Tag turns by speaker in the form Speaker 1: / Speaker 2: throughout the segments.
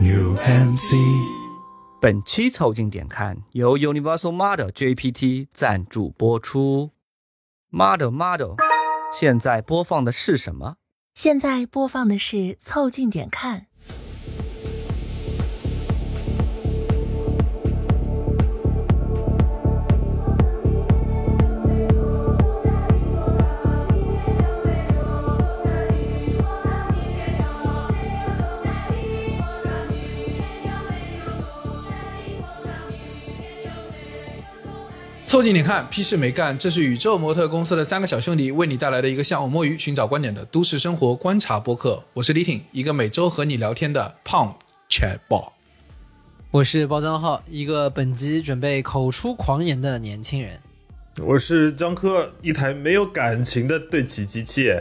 Speaker 1: New Hampshire。
Speaker 2: 本期凑近点看由 Universal Model JPT 赞助播出。Model Model，现在播放的是什么？
Speaker 3: 现在播放的是《凑近点看》。
Speaker 4: 凑近点看，屁事没干。这是宇宙模特公司的三个小兄弟为你带来的一个向我摸鱼、寻找观点的都市生活观察播客。我是李挺，一个每周和你聊天的胖 chat bot。
Speaker 5: 我是包装浩，一个本集准备口出狂言的年轻人。
Speaker 6: 我是江科，一台没有感情的对齐机器。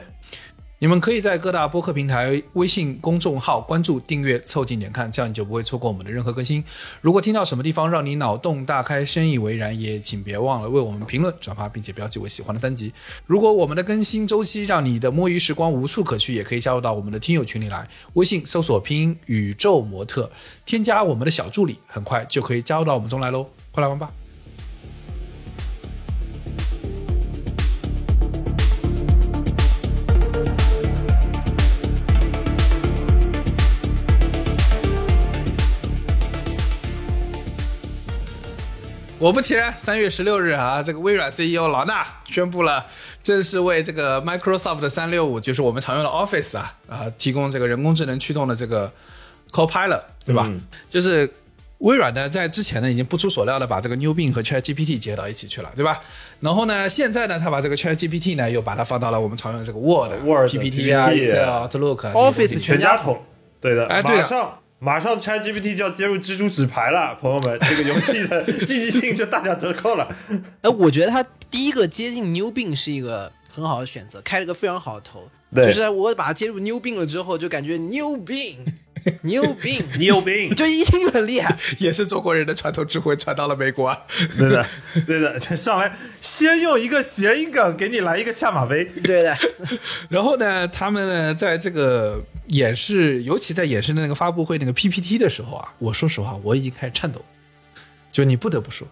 Speaker 4: 你们可以在各大播客平台、微信公众号关注、订阅、凑近点看，这样你就不会错过我们的任何更新。如果听到什么地方让你脑洞大开、深以为然，也请别忘了为我们评论、转发，并且标记为喜欢的单集。如果我们的更新周期让你的摸鱼时光无处可去，也可以加入到我们的听友群里来。微信搜索拼音宇宙模特，添加我们的小助理，很快就可以加入到我们中来喽！快来玩吧！果不其然，三月十六日啊，这个微软 CEO 老衲宣布了，正式为这个 Microsoft 三六五，就是我们常用的 Office 啊啊、提供这个人工智能驱动的这个 Copilot，对吧？
Speaker 6: 嗯
Speaker 4: 就是微软呢，在之前呢，已经不出所料的把这个 New Bing 和 ChatGPT 结合到一起去了，对吧？然后呢，现在呢，他把这个 ChatGPT 呢，又把它放到了我们常用的这个 Word、
Speaker 6: Word
Speaker 4: PPT 啊、
Speaker 6: PPT
Speaker 4: Excel、Outlook 啊、
Speaker 6: Office
Speaker 4: 这些东西
Speaker 6: 全家桶，对啊的，
Speaker 4: 哎对的
Speaker 6: 马上马上 ChatGPT 就要接入蜘蛛纸牌了，朋友 们，这个游戏的积极性就大打折扣了。
Speaker 5: 哎，我觉得他第一个接近 New Bing 是一个很好的选择，开了个非常好的头。
Speaker 6: 对
Speaker 5: 就是我把它接入 New Bing 了之后，就感觉 New Bing，New Bing，
Speaker 6: 你有病，
Speaker 5: 就一听就很厉害。
Speaker 4: 也是中国人的传统智慧传到了美国啊。
Speaker 6: 对的，对的，上来先用一个谐音梗给你来一个下马威，
Speaker 5: 对的，
Speaker 4: 然后呢，他们呢在这个演示，尤其在演示那个发布会那个 PPT 的时候啊，我说实话，我已经开始颤抖。就你不得不说，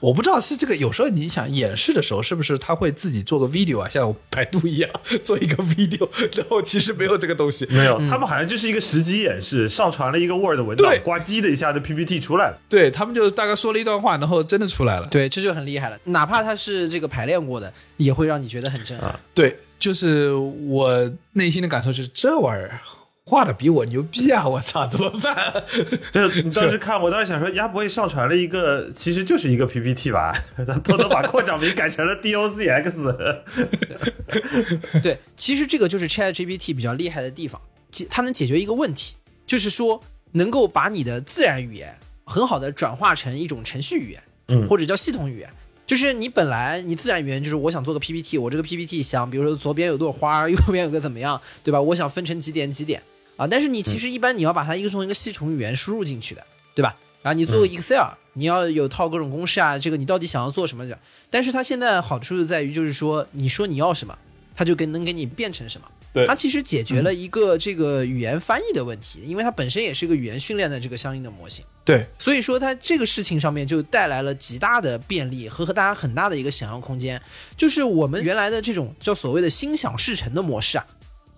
Speaker 4: 我不知道是这个，有时候你想演示的时候，是不是他会自己做个 video 啊，像百度一样 做一个 video，然后其实没有这个东西。
Speaker 6: 没有，他们好像就是一个实机演示，上传了一个 Word 文档
Speaker 4: 对，
Speaker 6: 呱唧的一下就 PPT 出来了。
Speaker 4: 对他们就大概说了一段话，然后真的出来了。
Speaker 5: 对，这就很厉害了。哪怕它是这个排练过的，也会让你觉得很震撼。
Speaker 4: 对，就是我内心的感受是，这玩意儿画的比我牛逼啊！我操，怎么办、
Speaker 6: 就是你当时看，我当时想说，呀，不会上传了一个，其实就是一个 PPT 吧？ 他偷偷把扩展名改成了 DOCX。
Speaker 5: 对，其实这个就是 Chat GPT 比较厉害的地方，解它能解决一个问题，就是说能够把你的自然语言很好的转化成一种程序语言，
Speaker 6: 嗯
Speaker 5: 或者叫系统语言。就是你本来你自然语言就是我想做个 PPT，我这个 PPT 想，比如说左边有朵花， 右边有个怎么样，对吧？我想分成几点几点啊，但是你其实一般你要把它一个从一个系统语言输入进去的，对吧？然后你做个 Excel，、你要有套各种公式啊，这个你到底想要做什么的？但是它现在好处就在于，就是说你说你要什么，它就跟能给你变成什么。
Speaker 6: 对
Speaker 5: 它其实解决了一个这个语言翻译的问题，因为它本身也是一个语言训练的这个相应的模型，
Speaker 4: 对，
Speaker 5: 所以说它这个事情上面就带来了极大的便利和和大家很大的一个想象空间，就是我们原来的这种叫所谓的心想事成的模式啊，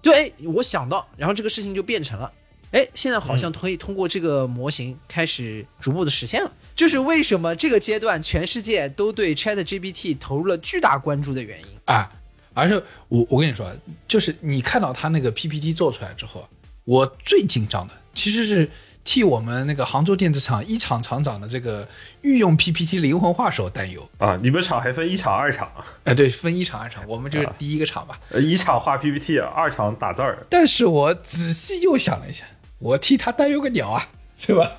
Speaker 5: 就哎我想到，然后这个事情就变成了。哎，现在好像可以通过这个模型开始逐步的实现了，这是为什么这个阶段全世界都对 Chat GPT 投入了巨大关注的原因。
Speaker 4: 啊，而且我我跟你说啊，就是你看到他那个 PPT 做出来之后啊，我最紧张的其实是替我们那个杭州电子厂一厂厂长的这个御用 PPT 灵魂画手担忧。
Speaker 6: 啊，你们厂还分一厂、二厂，
Speaker 4: 哎，对，分一厂二厂，我们就是第一个厂吧。
Speaker 6: 呃一厂画 PPT，二厂打字儿。
Speaker 4: 但是我仔细又想了一下，我替他担忧个鸟啊。 对吧？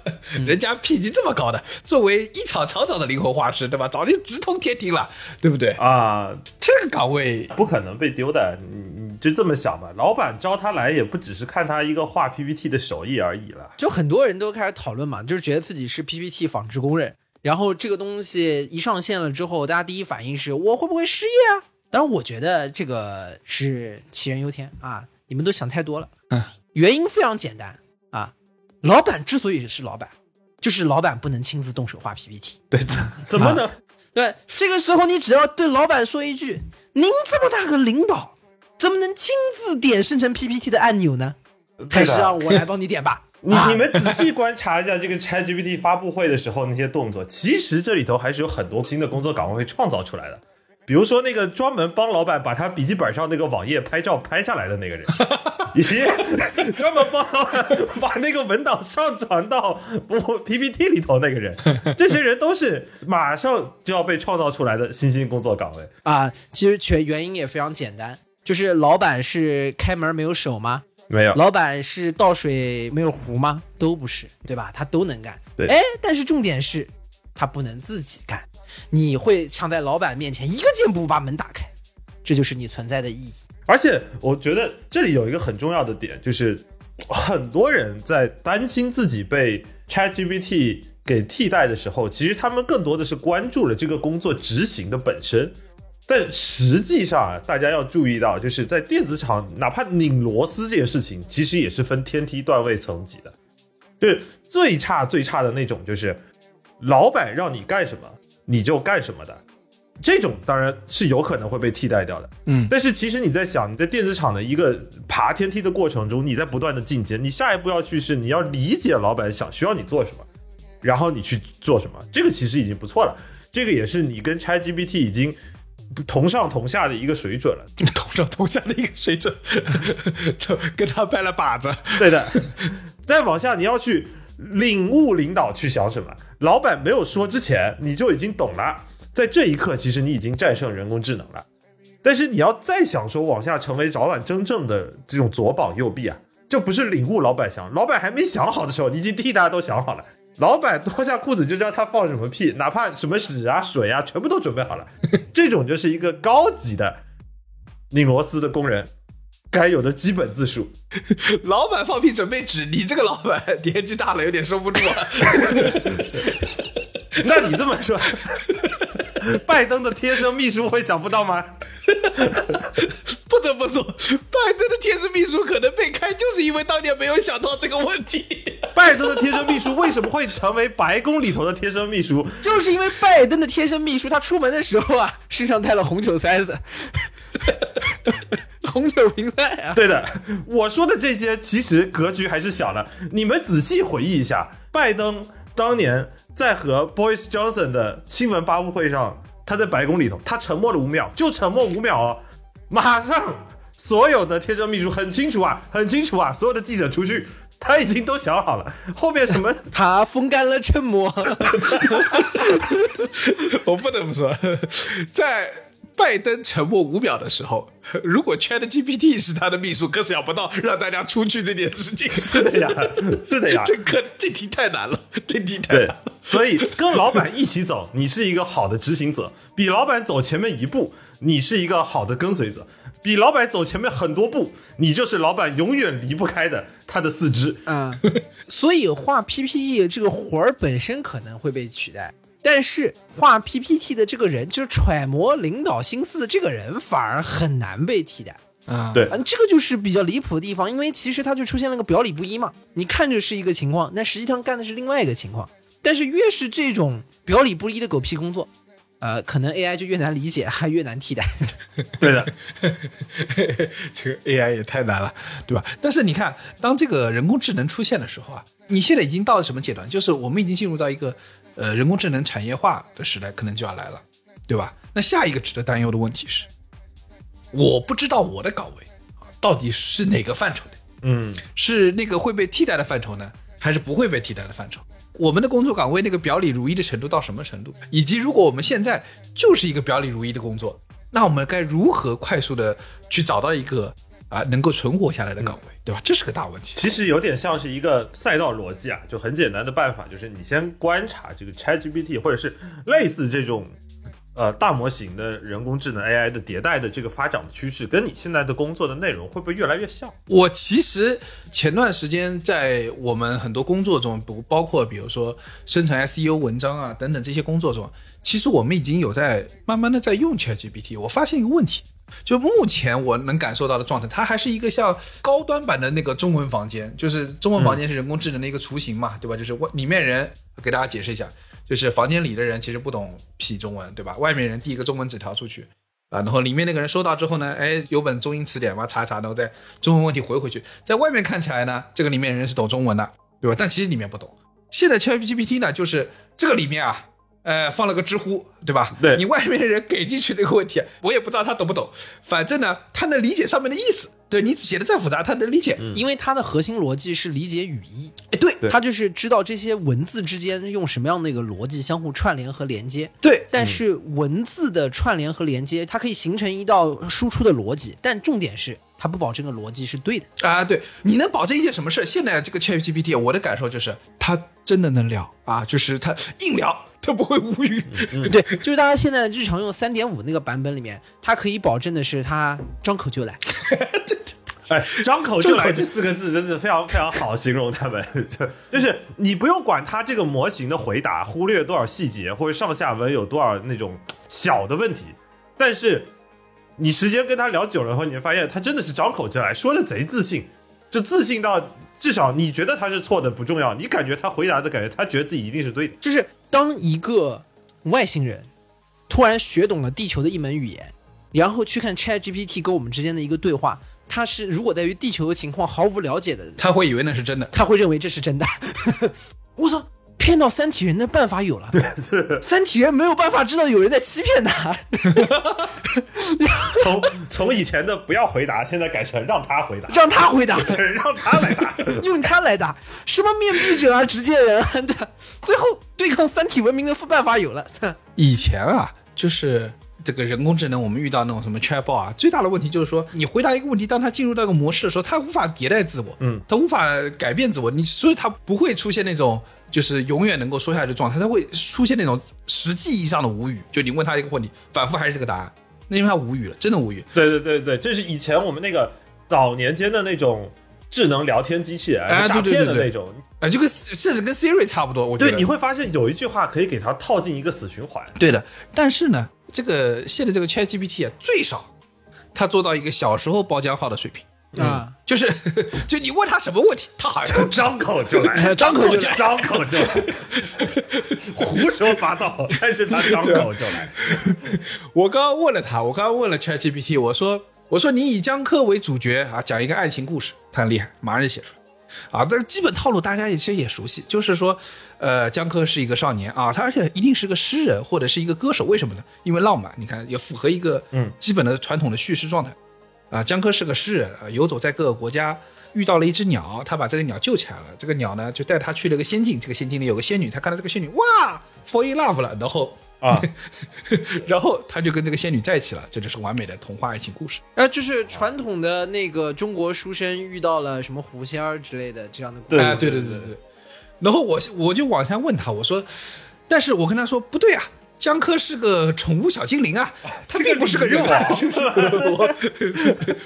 Speaker 4: 人家 P 级这么高的，作为一厂厂长的灵魂画师，对吧？早就直通天庭了，对不对？
Speaker 6: 啊，
Speaker 4: 这个岗位
Speaker 6: 不可能被丢的，你你就这么想吧。老板招他来也不只是看他一个画 PPT 的手艺而已了。
Speaker 5: 就很多人都开始讨论嘛，就是觉得自己是 PPT 纺织工人，然后这个东西一上线了之后，大家第一反应是我会不会失业啊？当然，我觉得这个是杞人忧天啊，你们都想太多了。
Speaker 4: 嗯，
Speaker 5: 原因非常简单啊，老板之所以是老板，就是老板不能亲自动手画 PPT。
Speaker 6: 对，怎怎么能？
Speaker 5: 对，这个时候你只要对老板说一句：“您这么大个领导，怎么能亲自点生成 PPT 的按钮呢？”还是让我来帮你点吧。
Speaker 6: 你
Speaker 5: 啊
Speaker 6: 你们仔细观察一下这个 ChatGPT 发布会的时候那些动作，其实这里头还是有很多新的工作岗位会创造出来的。比如说那个专门帮老板把他笔记本上那个网页拍照拍下来的那个人，以及专门帮老板把那个文档上传到我 PPT 里头那个人，这些人都是马上就要被创造出来的新兴工作岗位。
Speaker 5: 啊，其实全原因也非常简单，就是老板是开门没有手吗？
Speaker 6: 没有，
Speaker 5: 老板是倒水没有壶吗？都不是，对吧？他都能干。
Speaker 6: 对
Speaker 5: 哎，但是重点是，他不能自己干。你会抢在老板面前一个箭步把门打开，这就是你存在 的意义。
Speaker 6: 而且我觉得这里有一个很重要的点，就是很多人在担心自己被 ChatGPT 给替代的时候，其实他们更多的是关注了这个工作执行的本身。但实际上啊，大家要注意到，就是在电子厂，哪怕拧螺丝这件事情，其实也是分天梯段位层级的。就是最差最差的那种，就是老板让你干什么你就干什么的，这种当然是有可能会被替代掉的。但是其实你在想，你在电子厂的一个爬天梯的过程中，你在不断的进阶，你下一步要去是你要理解老板想需要你做什么，然后你去做什么，这个其实已经不错了，这个也是你跟 ChatGPT 已经同上同下的一个水准了。
Speaker 4: 同上同下的一个水准， 就跟他掰了把子。
Speaker 6: 对的，再往下你要去领悟领导去想什么，老板没有说之前你就已经懂了，在这一刻其实你已经战胜人工智能了。但是你要再想说往下成为老板真正的这种左膀右臂啊，这不是领悟老板想，老板还没想好的时候，你已经替大家都想好了。老板脱下裤子就知道他放什么屁，哪怕什么屎啊、水啊，全部都准备好了。这种就是一个高级的拧螺丝的工人该有的基本自述。
Speaker 4: 老板放屁准备纸，你这个老板 年纪大了，有点收不住了。
Speaker 6: 那你这么说，拜登的贴身秘书会想不到吗？
Speaker 4: 不得不说，拜登的天使秘书可能被开，就是因为当年没有想到这个问题。
Speaker 6: 拜登的贴身秘书为什么会成为白宫里头的贴身秘书？
Speaker 5: 就是因为拜登的贴身秘书，他出门的时候啊，身上带了红酒塞子， 红酒瓶塞啊。
Speaker 6: 对的，我说的这些其实格局还是小的。你们仔细回忆一下，拜登当年在和 Boris Johnson 的新闻发布会上，他在白宫里头，他沉默了五秒，就沉默五秒哦，马上所有的贴身秘书很清楚啊，很清楚啊，所有的记者出去，他已经都想好了，后面什么
Speaker 5: 他风干了衬膜，
Speaker 4: 我不得不说，在拜登沉默五秒的时候， 如果 Chat GPT 是他的秘书，更想不到让大家出去这件事情。是
Speaker 6: 是的呀，是的呀，
Speaker 4: 这个这题太难了，这题太难
Speaker 6: 对
Speaker 4: 了。，
Speaker 6: 所以跟老板一起走，你是一个好的执行者；比老板走前面一步，你是一个好的跟随者；比老板走前面很多步，你就是老板永远离不开的他的四肢。
Speaker 5: 啊，所以画 PPT 这个活儿本身可能会被取代，但是画 PPT 的这个人，就是揣摩领导心思的这个人，反而很难被替代。
Speaker 4: 啊
Speaker 6: 对
Speaker 5: 啊，这个就是比较离谱的地方，因为其实它就出现了个表里不一嘛。你看着是一个情况，那实际上干的是另外一个情况。但是越是这种表里不一的狗屁工作，呃，可能 AI 就越难理解，还越难替代。
Speaker 6: 对的，
Speaker 4: 这个 AI 也太难了，对吧？但是你看，当这个人工智能出现的时候啊，你现在已经到了什么阶段？就是我们已经进入到一个呃人工智能产业化的时代，可能就要来了，对吧？那下一个值得担忧的问题是，我不知道我的岗位啊到底是哪个范畴的。
Speaker 6: 嗯，
Speaker 4: 是那个会被替代的范畴呢，还是不会被替代的范畴？我们的工作岗位那个表里如一的程度到什么程度？以及如果我们现在就是一个表里如一的工作，那我们该如何快速的去找到一个啊、能够存活下来的岗位，对吧？这是个大问题。
Speaker 6: 其实有点像是一个赛道逻辑啊，就很简单的办法，就是你先观察这个 ChatGPT 或者是类似这种。呃，大模型的人工智能 AI 的迭代的这个发展的趋势，跟你现在的工作的内容会不会越来越像？
Speaker 4: 我其实前段时间在我们很多工作中，不包括比如说生成 SEO 文章啊等等这些工作中，其实我们已经有在慢慢的在用 ChatGPT。我发现一个问题，就目前我能感受到的状态，它还是一个像高端版的那个中文房间，就是中文房间是人工智能的一个雏形嘛，对吧？就是外里面人给大家解释一下，就是房间里的人其实不懂屁中文，对吧？外面人递一个中文纸条出去。啊，然后里面那个人收到之后呢，哎，有本中英词典嘛，查一查，然后再中文问题回回去。在外面看起来呢，这个里面人是懂中文的，对吧？但其实里面不懂。现在 ChatGPT 呢，就是这个里面啊，呃，放了个知乎，对吧？
Speaker 6: 对
Speaker 4: 你外面的人给进去那个问题，我也不知道他懂不懂，反正呢，他能理解上面的意思。对你写的再复杂，他能理解。
Speaker 5: 因为它的核心逻辑是理解语义，
Speaker 4: 哎，对
Speaker 6: 对
Speaker 5: 它就是知道这些文字之间用什么样的一个逻辑相互串联和连接。
Speaker 4: 对，
Speaker 5: 但是文字的串联和连接，它可以形成一道输出的逻辑，但重点是它不保证这个逻辑是对的。
Speaker 4: 啊，对，你能保证一件什么事？现在这个 ChatGPT，我的感受就是，他真的能聊啊，就是他硬聊，他不会无语。
Speaker 5: 对，就是大家现在的日常用三点五那个版本里面，它可以保证的是它张口就来。
Speaker 6: 哎，张口就
Speaker 4: 张口
Speaker 6: 来
Speaker 4: 就
Speaker 6: 这四个字真的非常非常好形容他们，就就是你不用管他这个模型的回答忽略多少细节或者上下文有多少那种小的问题，但是你时间跟他聊久了后，你会发现他真的是张口就来，说的贼自信，就自信到至少你觉得他是错的不重要，你感觉他回答的感觉，他觉得自己一定是对的。
Speaker 5: 就是当一个外星人突然学懂了地球的一门语言，然后去看 ChatGPT 跟我们之间的一个对话，他是如果对于地球的情况毫无了解的，
Speaker 4: 他会以为那是真的。
Speaker 5: 他会认为这是真的。 我操！骗到三体人的办法有了，三体人没有办法知道有人在欺骗他。
Speaker 6: 从从以前的不要回答，现在改成让他回答，
Speaker 5: 让他回答，
Speaker 6: 让他来答。
Speaker 5: 用他来答，什么面壁者啊，执剑人啊 的，最后对抗三体文明的办法有了。
Speaker 4: 以前啊，就是这个人工智能，我们遇到那种什么 chatbot 啊，最大的问题就是说，你回答一个问题，当它进入到一个模式的时候，它无法迭代自我，
Speaker 6: 嗯，
Speaker 4: 它无法改变自我，你所以它不会出现那种就是永远能够说下去的状态，它会出现那种实际意义上的无语，就你问他一个问题，反复还是这个答案，那因为他无语了，真的无语。
Speaker 6: 对对对对，这是以前我们那个早年间的那种智能聊天机器人，
Speaker 4: 哎
Speaker 6: 诈
Speaker 4: 对对对
Speaker 6: 骗的
Speaker 4: 对
Speaker 6: 那种。
Speaker 4: 啊，就跟甚至跟 Siri 差不多，我觉得
Speaker 6: 对，你会发现有一句话可以给它套进一个死循 环。
Speaker 4: 对的。但是呢，这个现在这个 ChatGPT 啊，最少它做到一个小时候包浆号的水平，
Speaker 5: 啊，
Speaker 4: 就是 就你问他什么问题，他好像都知道。
Speaker 6: 张口就来，
Speaker 4: 张口就来
Speaker 6: 张口就来，胡说八道，但是他张口就 来。
Speaker 4: 我刚刚问了他，我刚刚问了 ChatGPT，我说我说你以江科为主角啊，讲一个爱情故事，他很厉害，马上就写出来。啊，但基本套路大家也其实也熟悉，就是说，呃，江科是一个少年啊，他而且一定是个诗人或者是一个歌手，为什么呢？因为浪漫，你看也符合一个
Speaker 6: 嗯
Speaker 4: 基本的传统的叙事状态。啊，江科是个诗人，啊游走在各个国家，遇到了一只鸟，他把这个鸟救起来了。这个鸟呢，就带他去了一个仙境，这个仙境里有个仙女，他看到这个仙女，哇，fall in love 了，然后
Speaker 6: 啊，
Speaker 4: 然后他就跟这个仙女在一起了，这就是完美的童话爱情故事。
Speaker 5: 然后呃就是传统的那个中国书生遇到了什么狐仙儿之类的这样的故事。
Speaker 6: 对
Speaker 4: 哎对对对对对。然后我我就往下问他，我说，但是我跟他说不对啊，江科是个宠物小精灵啊，他并不是个人啊，
Speaker 6: 是
Speaker 4: 就是我，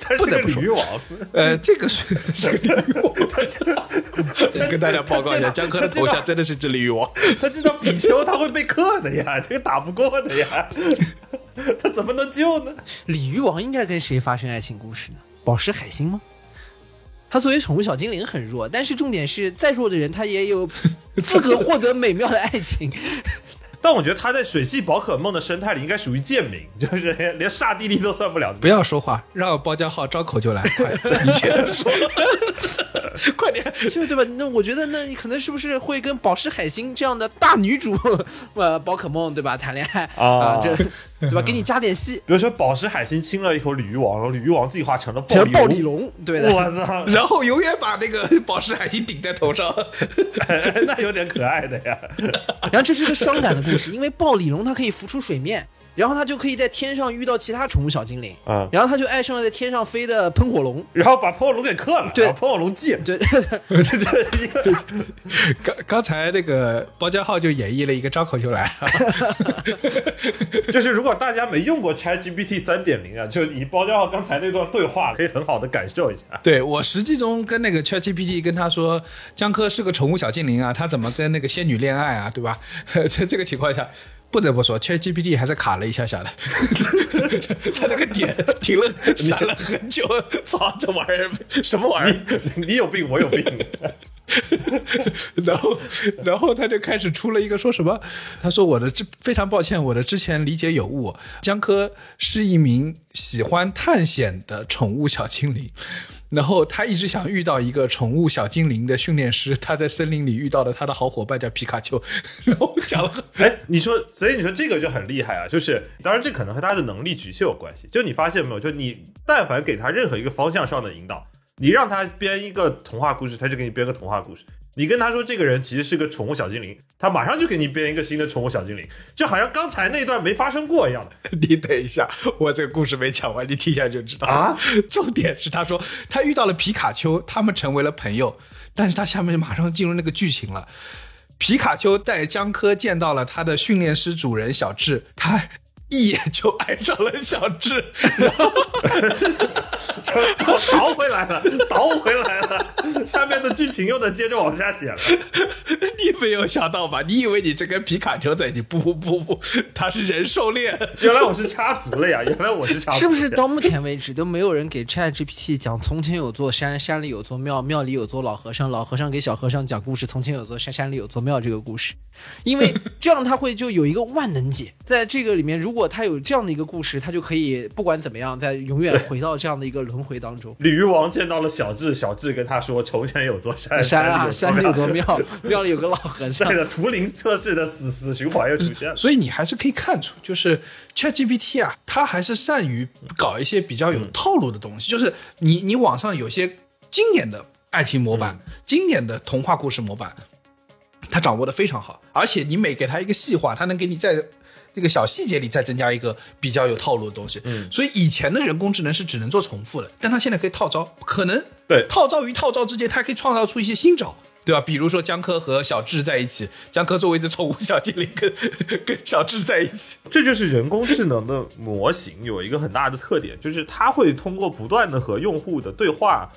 Speaker 6: 他是
Speaker 4: 不
Speaker 6: 个
Speaker 4: 得不
Speaker 6: 鲤
Speaker 4: 说
Speaker 6: 鱼王，
Speaker 4: 呃，这个是这个鲤 鱼王，跟大家报告一下，
Speaker 6: 他
Speaker 4: 江
Speaker 6: 真的
Speaker 4: 科的头像真的是只鲤鱼王。
Speaker 6: 他知道比丘他会被克的呀， 这个打不过的 呀，他怎么能救呢？
Speaker 5: 鲤鱼王应该跟谁发生爱情故事呢？宝石海星吗？他作为宠物小精灵很弱，但是重点是，再弱的人他也有资格获得美妙的爱情。
Speaker 6: 但我觉得他在水系宝可梦的生态里应该属于贱民，就是连连刹帝利都算不了。
Speaker 4: 不要说话，让包浆号张口就来，快，你接着 说，快点。
Speaker 5: 是对吧？那我觉得，那你可能是不是会跟宝石海星这样的大女主， 呃，宝可梦对吧谈恋爱
Speaker 6: 啊
Speaker 5: 这对吧？给你加点戏，
Speaker 6: 比如说宝石海星亲了一口鲤鱼王，然后鲤鱼王计划成了暴
Speaker 5: 成
Speaker 6: 鲤
Speaker 5: 暴鲤 龙，对的。
Speaker 6: 我操，
Speaker 4: 然后永远把那个宝石海星顶在头上，
Speaker 6: 那有点可爱的 呀。
Speaker 5: 然后这是一个伤感的故事，因为暴鲤龙它可以浮出水面，然后它就可以在天上遇到其他宠物小精灵，
Speaker 6: 嗯
Speaker 5: 然后它就爱上了在天上飞的喷火龙。
Speaker 6: 然后把喷火龙给克了，
Speaker 5: 对
Speaker 6: 把喷火龙戒，
Speaker 5: 对，
Speaker 6: 这 这一个
Speaker 4: 刚刚才那个包浆号就演绎了一个张口就来，啊
Speaker 6: 就是如果大家没用过 ChatGPT 三点零啊，就以包浆号刚才那段对话，可以很好的感受一下。
Speaker 4: 对我实际中跟那个 ChatGPT 跟他说， 江科是个宠物小精灵啊，他怎么跟那个仙女恋爱啊，对吧？在这个情况下，不得不说，ChatGPT 还是卡了一下下的， 它那个点停了，闪了很久。 操，这玩意儿什么玩意儿？
Speaker 6: 你有病，我有病。
Speaker 4: 然后，然后他就开始出了一个说什么？他说我的之非常抱歉，我的之前理解有误。江科是一名喜欢探险的宠物小精灵，然后他一直想遇到一个宠物小精灵的训练师。他在森林里遇到了他的好伙伴叫皮卡丘，然后讲了。
Speaker 6: 哎，你说，所以你说这个就很厉害啊，就是当然这可能和他的能力局限有关系。就你发现没有，就你但凡给他任何一个方向上的引导，你让他编一个童话故事，他就给你编个童话故事。你跟他说这个人其实是个宠物小精灵，他马上就给你编一个新的宠物小精灵，就好像刚才那段没发生过一样的。
Speaker 4: 你等一下，我这个故事没讲完，你听一下就知道
Speaker 6: 啊。
Speaker 4: 重点是他说他遇到了皮卡丘，他们成为了朋友，但是他下面马上进入那个剧情了。皮卡丘带江科见到了他的训练师主人小智，他一眼就爱上了小智，然后
Speaker 6: 倒回来了，倒回来了，下面的剧情又在接着往下写了。
Speaker 4: 你没有想到吧？你以为你这跟皮卡丘在一起，不不不不，他是人兽恋。
Speaker 6: 原来我是插足了呀，原来我是插足了呀，。
Speaker 5: 是不是到目前为止都没有人给 Chat GPT 讲从前有座山，山里有座庙，庙里有座老和尚，老和尚给小和尚讲故事，从前有座山，山里有座庙这个故事？因 为这样他会就有一个万能解，在这个里面，如果他有这样的一个故事，他就可以不管怎么样，在永远回到这样的一个轮回当中
Speaker 6: 鲤鱼王见到了小智，小智跟他说：“从前有座山，
Speaker 5: 山
Speaker 6: 里
Speaker 5: 啊，
Speaker 6: 有
Speaker 5: 山里有
Speaker 6: 庙
Speaker 5: 座庙，庙里有个老和尚
Speaker 6: 对。的，图灵测试的死死循环又出现了。
Speaker 4: 所以你还是可以看出，就是 ChatGPT 啊，它还是善于搞一些比较有套路的东西。就是你你网上有些经典的爱情模板、经典的童话故事模板，它掌握的非常好，而且你每给它一个细化，它能给你在这个小细节里再增加一个比较有套路的东西。嗯，所以以前的人工智能是只能做重复的，但它现在可以套招，可能
Speaker 6: 对
Speaker 4: 套招与套招之间，它还可以创造出一些新招。对吧？比如说江科和小智在一起，江科作为一只宠物小精灵跟 跟小智在一起，
Speaker 6: 这就是人工智能的模型有一个很大的特点，就是它会通过不断的和用户的对话，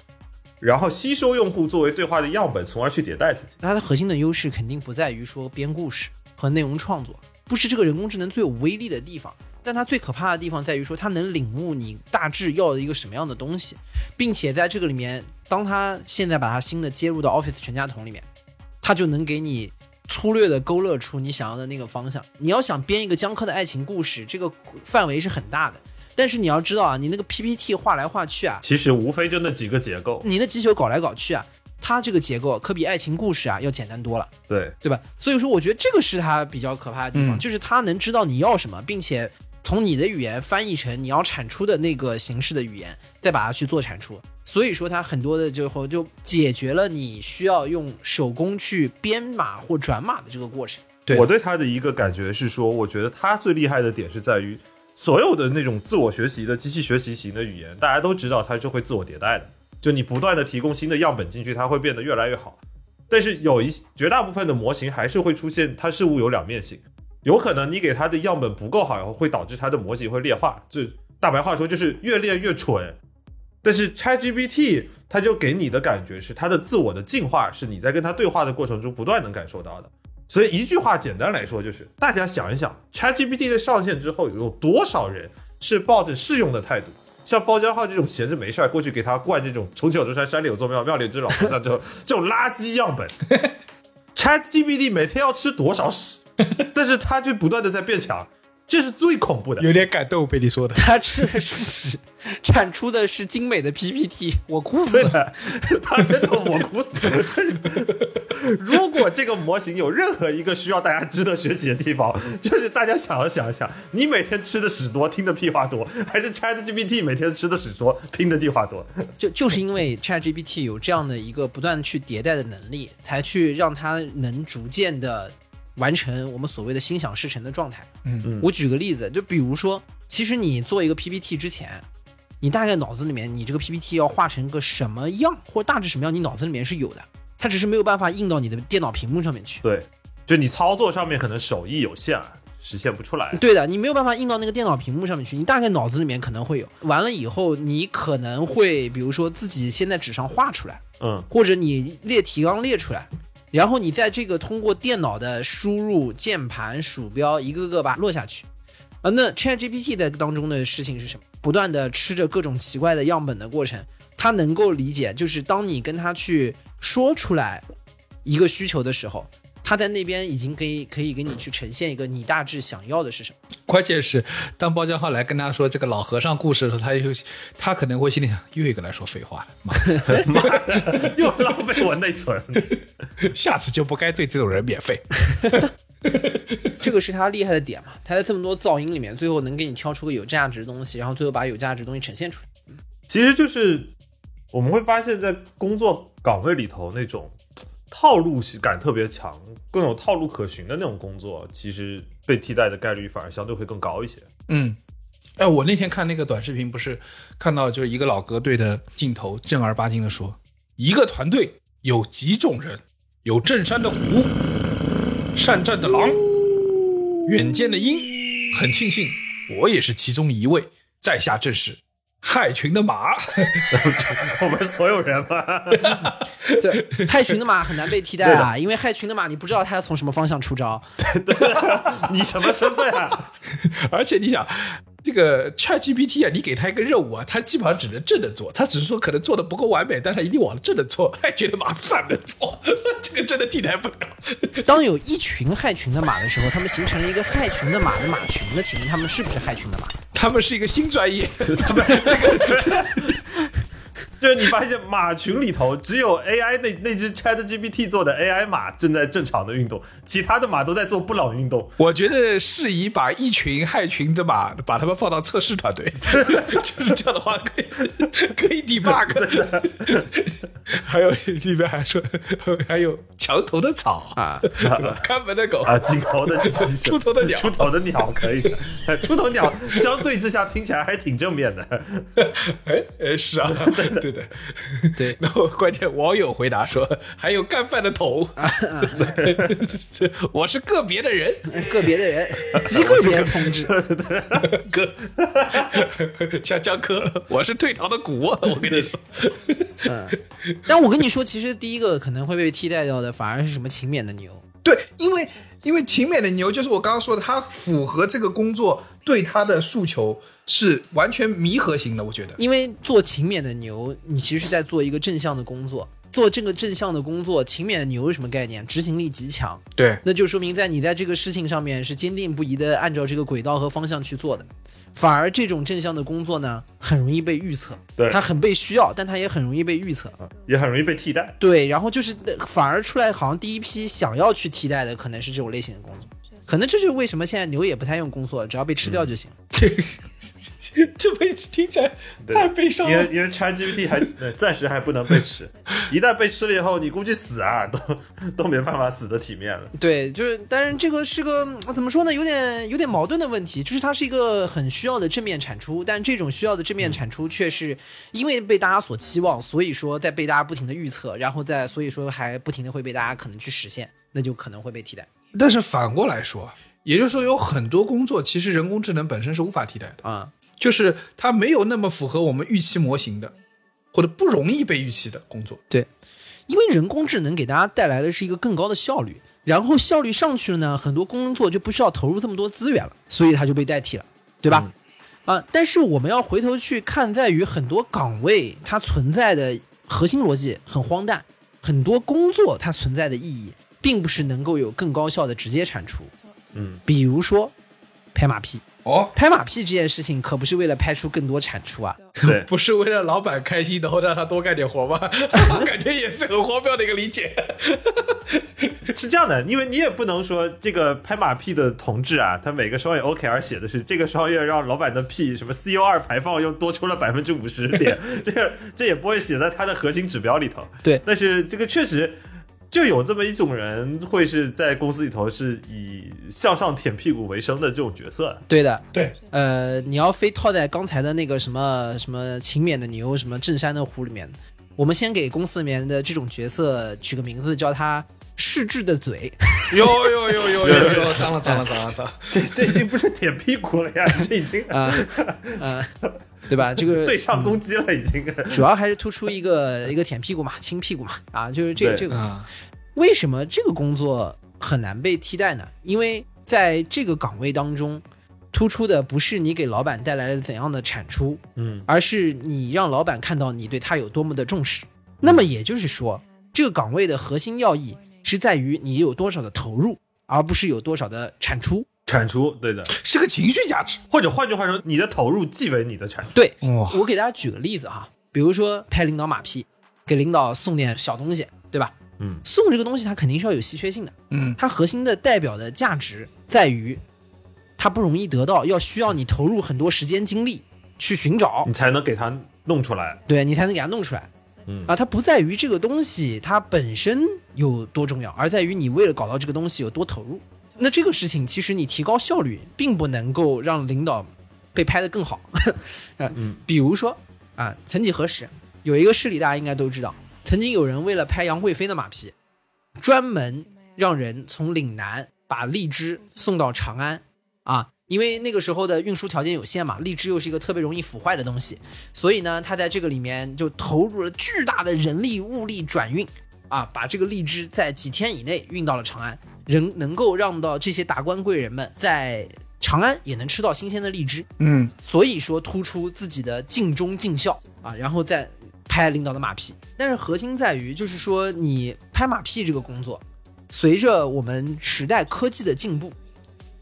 Speaker 6: 然后吸收用户作为对话的样本，从而去迭代自己。
Speaker 5: 它的核心的优势肯定不在于说编故事和内容创作，不是这个人工智能最有威力的地方。但它最可怕的地方在于说，它能领悟你大致要的一个什么样的东西，并且在这个里面，当它现在把它新的接入到 Office 全家桶里面，它就能给你粗略的勾勒出你想要的那个方向。你要想编一个江科的爱情故事，这个范围是很大的。但是你要知道啊，你那个 PPT 画来画去啊，
Speaker 6: 其实无非就那几个结构，
Speaker 5: 你那机球搞来搞去啊，它这个结构可比爱情故事啊要简单多了。
Speaker 6: 对，
Speaker 5: 对吧？所以说，我觉得这个是它比较可怕的地方，
Speaker 4: 嗯
Speaker 5: 就是它能知道你要什么，并且从你的语言翻译成你要产出的那个形式的语言，再把它去做产出。所以说，它很多的最后就解决了你需要用手工去编码或转码的这个过程。
Speaker 4: 对
Speaker 6: 我对他的一个感觉是说，我觉得他最厉害的点是在于，所有的那种自我学习的机器学习型的语言，大家都知道它是会自我迭代的，就你不断的提供新的样本进去，它会变得越来越好。但是有一绝大部分的模型还是会出现它事物有两面性，有可能你给它的样本不够好，然后会导致它的模型会劣化。就大白话说，就是越练越蠢。但是 ChatGPT 它就给你的感觉是它的自我的进化是你在跟它对话的过程中不断能感受到的。所以一句话简单来说就是，大家想一想，ChatGPT 的上线之后，有多少人是抱着试用的态度？像包江浩这种闲着没事儿过去给他灌这种“从九州山，山里有座庙，庙里有只老和尚”这种这种垃圾样本，ChatGPT 每天要吃多少屎？但是他就不断的在变强，这是最恐怖的。
Speaker 4: 有点感动被你说的。
Speaker 5: 它吃的是产出的是精美的 PPT，我哭死
Speaker 6: 对
Speaker 5: 了。
Speaker 6: 的，他真的我哭死了。真是如果这个模型有任何一个需要大家值得学习的地方，就是大家想要想一想，你每天吃的屎多，听的屁话多，还是 ChatGPT 每天吃的屎多，听的地话多？
Speaker 5: 就就是因为 ChatGPT 有这样的一个不断去迭代的能力，才去让它能逐渐的完成我们所谓的心想事成的状态。
Speaker 4: 嗯，
Speaker 5: 我举个例子，就比如说，其实你做一个 PPT 之前，你大概脑子里面你这个 PPT 要画成个什么样，或者大致什么样，你脑子里面是有的，它只是没有办法印到你的电脑屏幕上面去。
Speaker 6: 对，就你操作上面可能手艺有限，啊实现不出来。
Speaker 5: 对的，你没有办法印到那个电脑屏幕上面去，你大概脑子里面可能会有。完了以后，你可能会比如说自己先在纸上画出来，
Speaker 6: 嗯，
Speaker 5: 或者你列提纲列出来，然后你在这个通过电脑的输入、键盘、鼠标一个个把它落下去。啊，那 ChatGPT 在当中的事情是什么？不断的吃着各种奇怪的样本的过程，它能够理解，就是当你跟它去说出来一个需求的时候，它在那边已经可以可以给你去呈现一个你大致想要的是什么。
Speaker 4: 关键是，当包浆浩来跟他说这个老和尚故事的时候，他又他可能会心里想，又一个来说废话了，妈
Speaker 6: 又浪费我内存。
Speaker 4: 下次就不该对这种人免费。
Speaker 5: 这个是它厉害的点嘛？它在这么多噪音里面，最后能给你挑出个有价值的东西，然后最后把有价值的东西呈现出来。
Speaker 6: 其实就是我们会发现，在工作岗位里头，那种套路感特别强、更有套路可循的那种工作，其实被替代的概率反而相对会更高一些。
Speaker 4: 嗯，哎，我那天看那个短视频，不是看到就是一个老哥对着镜头正儿八经的说，一个团队有几种人，有震山的虎，善战的狼，远见的鹰。很庆幸我也是其中一位，在下正是害群的马。
Speaker 6: 我们所有人嘛，
Speaker 5: 对，害群的马很难被替代啊，因为害群的马你不知道它要从什么方向出招。
Speaker 6: 你什么身份啊？
Speaker 4: 而且你想，这个 ChatGPT 啊，你给他一个任务啊，他基本上只能正着做，他只是说可能做的不够完美，但他一定往正着做，还觉得麻烦的做， 这个真的替代不了。
Speaker 5: 当有一群害群的马的时候，它们形成了一个害群的马的马群的情形，它们是不是害群的马？
Speaker 4: 他们是一个新专 业，这个这个
Speaker 6: 就是你发现马群里头只有 AI 那那只 ChatGPT 做的 AI 马正在正常的运动，其他的马都在做布朗运动。
Speaker 4: 我觉得适宜把一群害群的马，把他们放到测试团队， 就是这样的话可以可以 debug。还有里面还说还有墙头的草啊， 看门的狗
Speaker 6: 啊，金头的鸡是吧，
Speaker 4: 哦 出头的鸟
Speaker 6: 出头的鸟可以 的，哎出头鸟相对之下听起来还挺正面的。
Speaker 4: 哎哎，是啊， 对的对的。
Speaker 5: 对，
Speaker 4: 然后关键网友回答说，还有干饭的头， 我是个别的人，
Speaker 5: 嗯个别的 人，极个别同志，
Speaker 4: 哥，像江科，我是退堂的鼓，我跟你说，
Speaker 5: 但我跟你说，其实第一个可能会被替代掉的，反而是什么勤勉的牛。
Speaker 4: 对，因为因为勤勉的牛就是我刚刚说的，他符合这个工作对他的诉求是完全弥合型的，我觉得。
Speaker 5: 因为做勤勉的牛，你其实是在做一个正向的工作。做这个正向的工作，勤勉的牛是什么概念？执行力极强，
Speaker 4: 对，
Speaker 5: 那就说明在你在这个事情上面是坚定不移的按照这个轨道和方向去做的。反而这种正向的工作呢，很容易被预测，
Speaker 6: 对嗯
Speaker 5: 它很被需要，但它也很容易被预测。
Speaker 6: 也很容易被替代。
Speaker 5: 对，然后就是呃反而出来，好像第一批想要去替代的，可能是这种类型的工作。可能这就是为什么现在牛也不太用工作，只要被吃掉就行。
Speaker 4: 这辈子听起来
Speaker 6: 对
Speaker 4: 太悲伤
Speaker 6: 因为
Speaker 4: 了。
Speaker 6: 因为 ChatGPT 还 呃暂时还不能被吃，一旦被吃了以后，你估计死啊都都没办法死的体面了。
Speaker 5: 对，就是，但是这个是个嗯怎么说呢，有点有点矛盾的问题，就是它是一个很需要的正面产出，但这种需要的正面产出却是因为被大家所期望，所以说在被大家不停的预测，然后再所以说还不停的会被大家可能去实现，那就可能会被替代
Speaker 4: 但是反过来说，也就是说有很多工作其实人工智能本身是无法替代的，
Speaker 5: 啊、
Speaker 4: 就是它没有那么符合我们预期模型的，或者不容易被预期的工作。
Speaker 5: 因为人工智能给大家带来的是一个更高的效率，然后效率上去了呢，很多工作就不需要投入这么多资源了，所以它就被代替了，对吧？啊，但是我们要回头去看，在于很多岗位它存在的核心逻辑很荒诞，很多工作它存在的意义，并不是能够有更高效的直接产出。
Speaker 6: 嗯，
Speaker 5: 比如说拍马屁，
Speaker 4: 哦，
Speaker 5: 拍马屁这件事情可不是为了拍出更多产出啊，
Speaker 6: 对，
Speaker 4: 不是为了老板开心，然后让他多干点活吗？ 感觉也是很荒谬的一个理解。
Speaker 6: 是这样的，因为你也不能说这个拍马屁的同志啊，他每个双月 OKR 写的是这个双月让老板的屁什么 CO 二排放又多出了百分之五十点，这个这也不会写在他的核心指标里头。
Speaker 5: 对
Speaker 6: 但是这个确实就有这么一种人，会是在公司里头是以向上舔屁股为生的这种角色。
Speaker 5: 对的，
Speaker 4: 对，
Speaker 5: 呃，你要非套在刚才的那个什么什么勤勉的牛、什么正山的湖里面，我们先给公司里面的这种角色取个名字，叫他世智的嘴。
Speaker 4: 有有有有有有，脏了脏了脏了脏了。
Speaker 6: 这这已经不是舔屁股了呀，这已经
Speaker 5: 啊、呃，对嗯吧？这个
Speaker 6: 对上攻击了，已经。
Speaker 5: 主要还是突出一个一个舔屁股嘛、亲屁股嘛，啊，就是这
Speaker 6: 对
Speaker 5: 这个。
Speaker 4: 啊，
Speaker 5: 为什么这个工作很难被替代呢？因为在这个岗位当中，突出的不是你给老板带来了怎样的产出，
Speaker 6: 嗯
Speaker 5: 而是你让老板看到你对他有多么的重视。那么也就是说，这个岗位的核心要义是在于你有多少的投入，而不是有多少的产出。
Speaker 6: 产出，对的，
Speaker 4: 是个情绪价值。
Speaker 6: 或者换句话说，你的投入即为你的产出。
Speaker 5: 对，
Speaker 4: 哇，
Speaker 5: 我给大家举个例子哈，比如说拍领导马屁，给领导送点小东西，对吧？
Speaker 6: 嗯
Speaker 5: 送这个东西它肯定是要有稀缺性的，
Speaker 4: 嗯，
Speaker 5: 它核心的代表的价值在于它不容易得到，要需要你投入很多时间精力去寻找
Speaker 6: 你，才能给它弄出来。
Speaker 5: 对你才能给它弄出来。
Speaker 6: 嗯
Speaker 5: 啊，它不在于这个东西它本身有多重要，而在于你为了搞到这个东西有多投入。那这个事情其实你提高效率，并不能够让领导被拍得更好。 啊，
Speaker 6: 嗯
Speaker 5: 比如说啊，曾几何时，有一个事例大家应该都知道，曾经有人为了拍杨贵妃的马屁，专门让人从岭南把荔枝送到长安啊，因为那个时候的运输条件有限嘛，荔枝又是一个特别容易腐坏的东西，所以呢，他在这个里面就投入了巨大的人力物力转运啊，把这个荔枝在几天以内运到了长安，人能够让到这些达官贵人们在长安也能吃到新鲜的荔枝。
Speaker 4: 嗯，
Speaker 5: 所以说突出自己的尽忠尽孝啊，然后再拍领导的马屁。但是核心在于，就是说你拍马屁这个工作，随着我们时代科技的进步，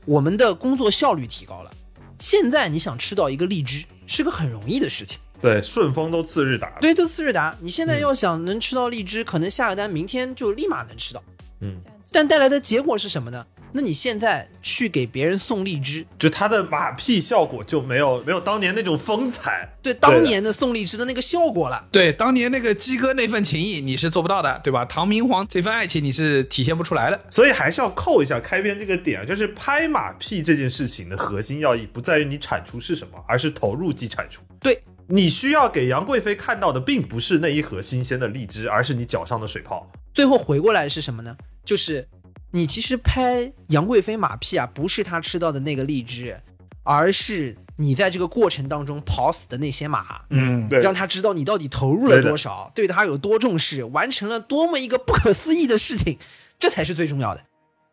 Speaker 5: 我们的工作效率提高了。现在你想吃到一个荔枝，是个很容易的事情。
Speaker 6: 对，顺丰都次日达。，
Speaker 5: 对，都斯日达，你现在要想能吃到荔枝，可能下个单明天就立马能吃到。
Speaker 6: 嗯，
Speaker 5: 但带来的结果是什么呢？那你现在去给别人送荔枝，
Speaker 6: 就它的马屁效果就没有没有当年那种风采。
Speaker 5: 对当
Speaker 6: 的
Speaker 5: 年的送荔枝的那个效果了。
Speaker 4: 对，当年那个鸡哥那份情谊你是做不到的，对吧？唐明皇这份爱情你是体现不出来的。
Speaker 6: 所以还是要扣一下开篇这个点，就是拍马屁这件事情的核心要义不在于你产出是什么，而是投入即产出。
Speaker 5: 对，
Speaker 6: 你需要给杨贵妃看到的并不是那一盒新鲜的荔枝，而是你脚上的水泡。
Speaker 5: 最后回过来是什么呢？就是你其实拍杨贵妃马屁啊，不是她吃到的那个荔枝，而是你在这个过程当中跑死的那些马，
Speaker 4: 嗯，
Speaker 6: 对
Speaker 5: 让她知道你到底投入了
Speaker 6: 对的
Speaker 5: 多少，对她有多重视，完成了多么一个不可思议的事情，这才是最重要的。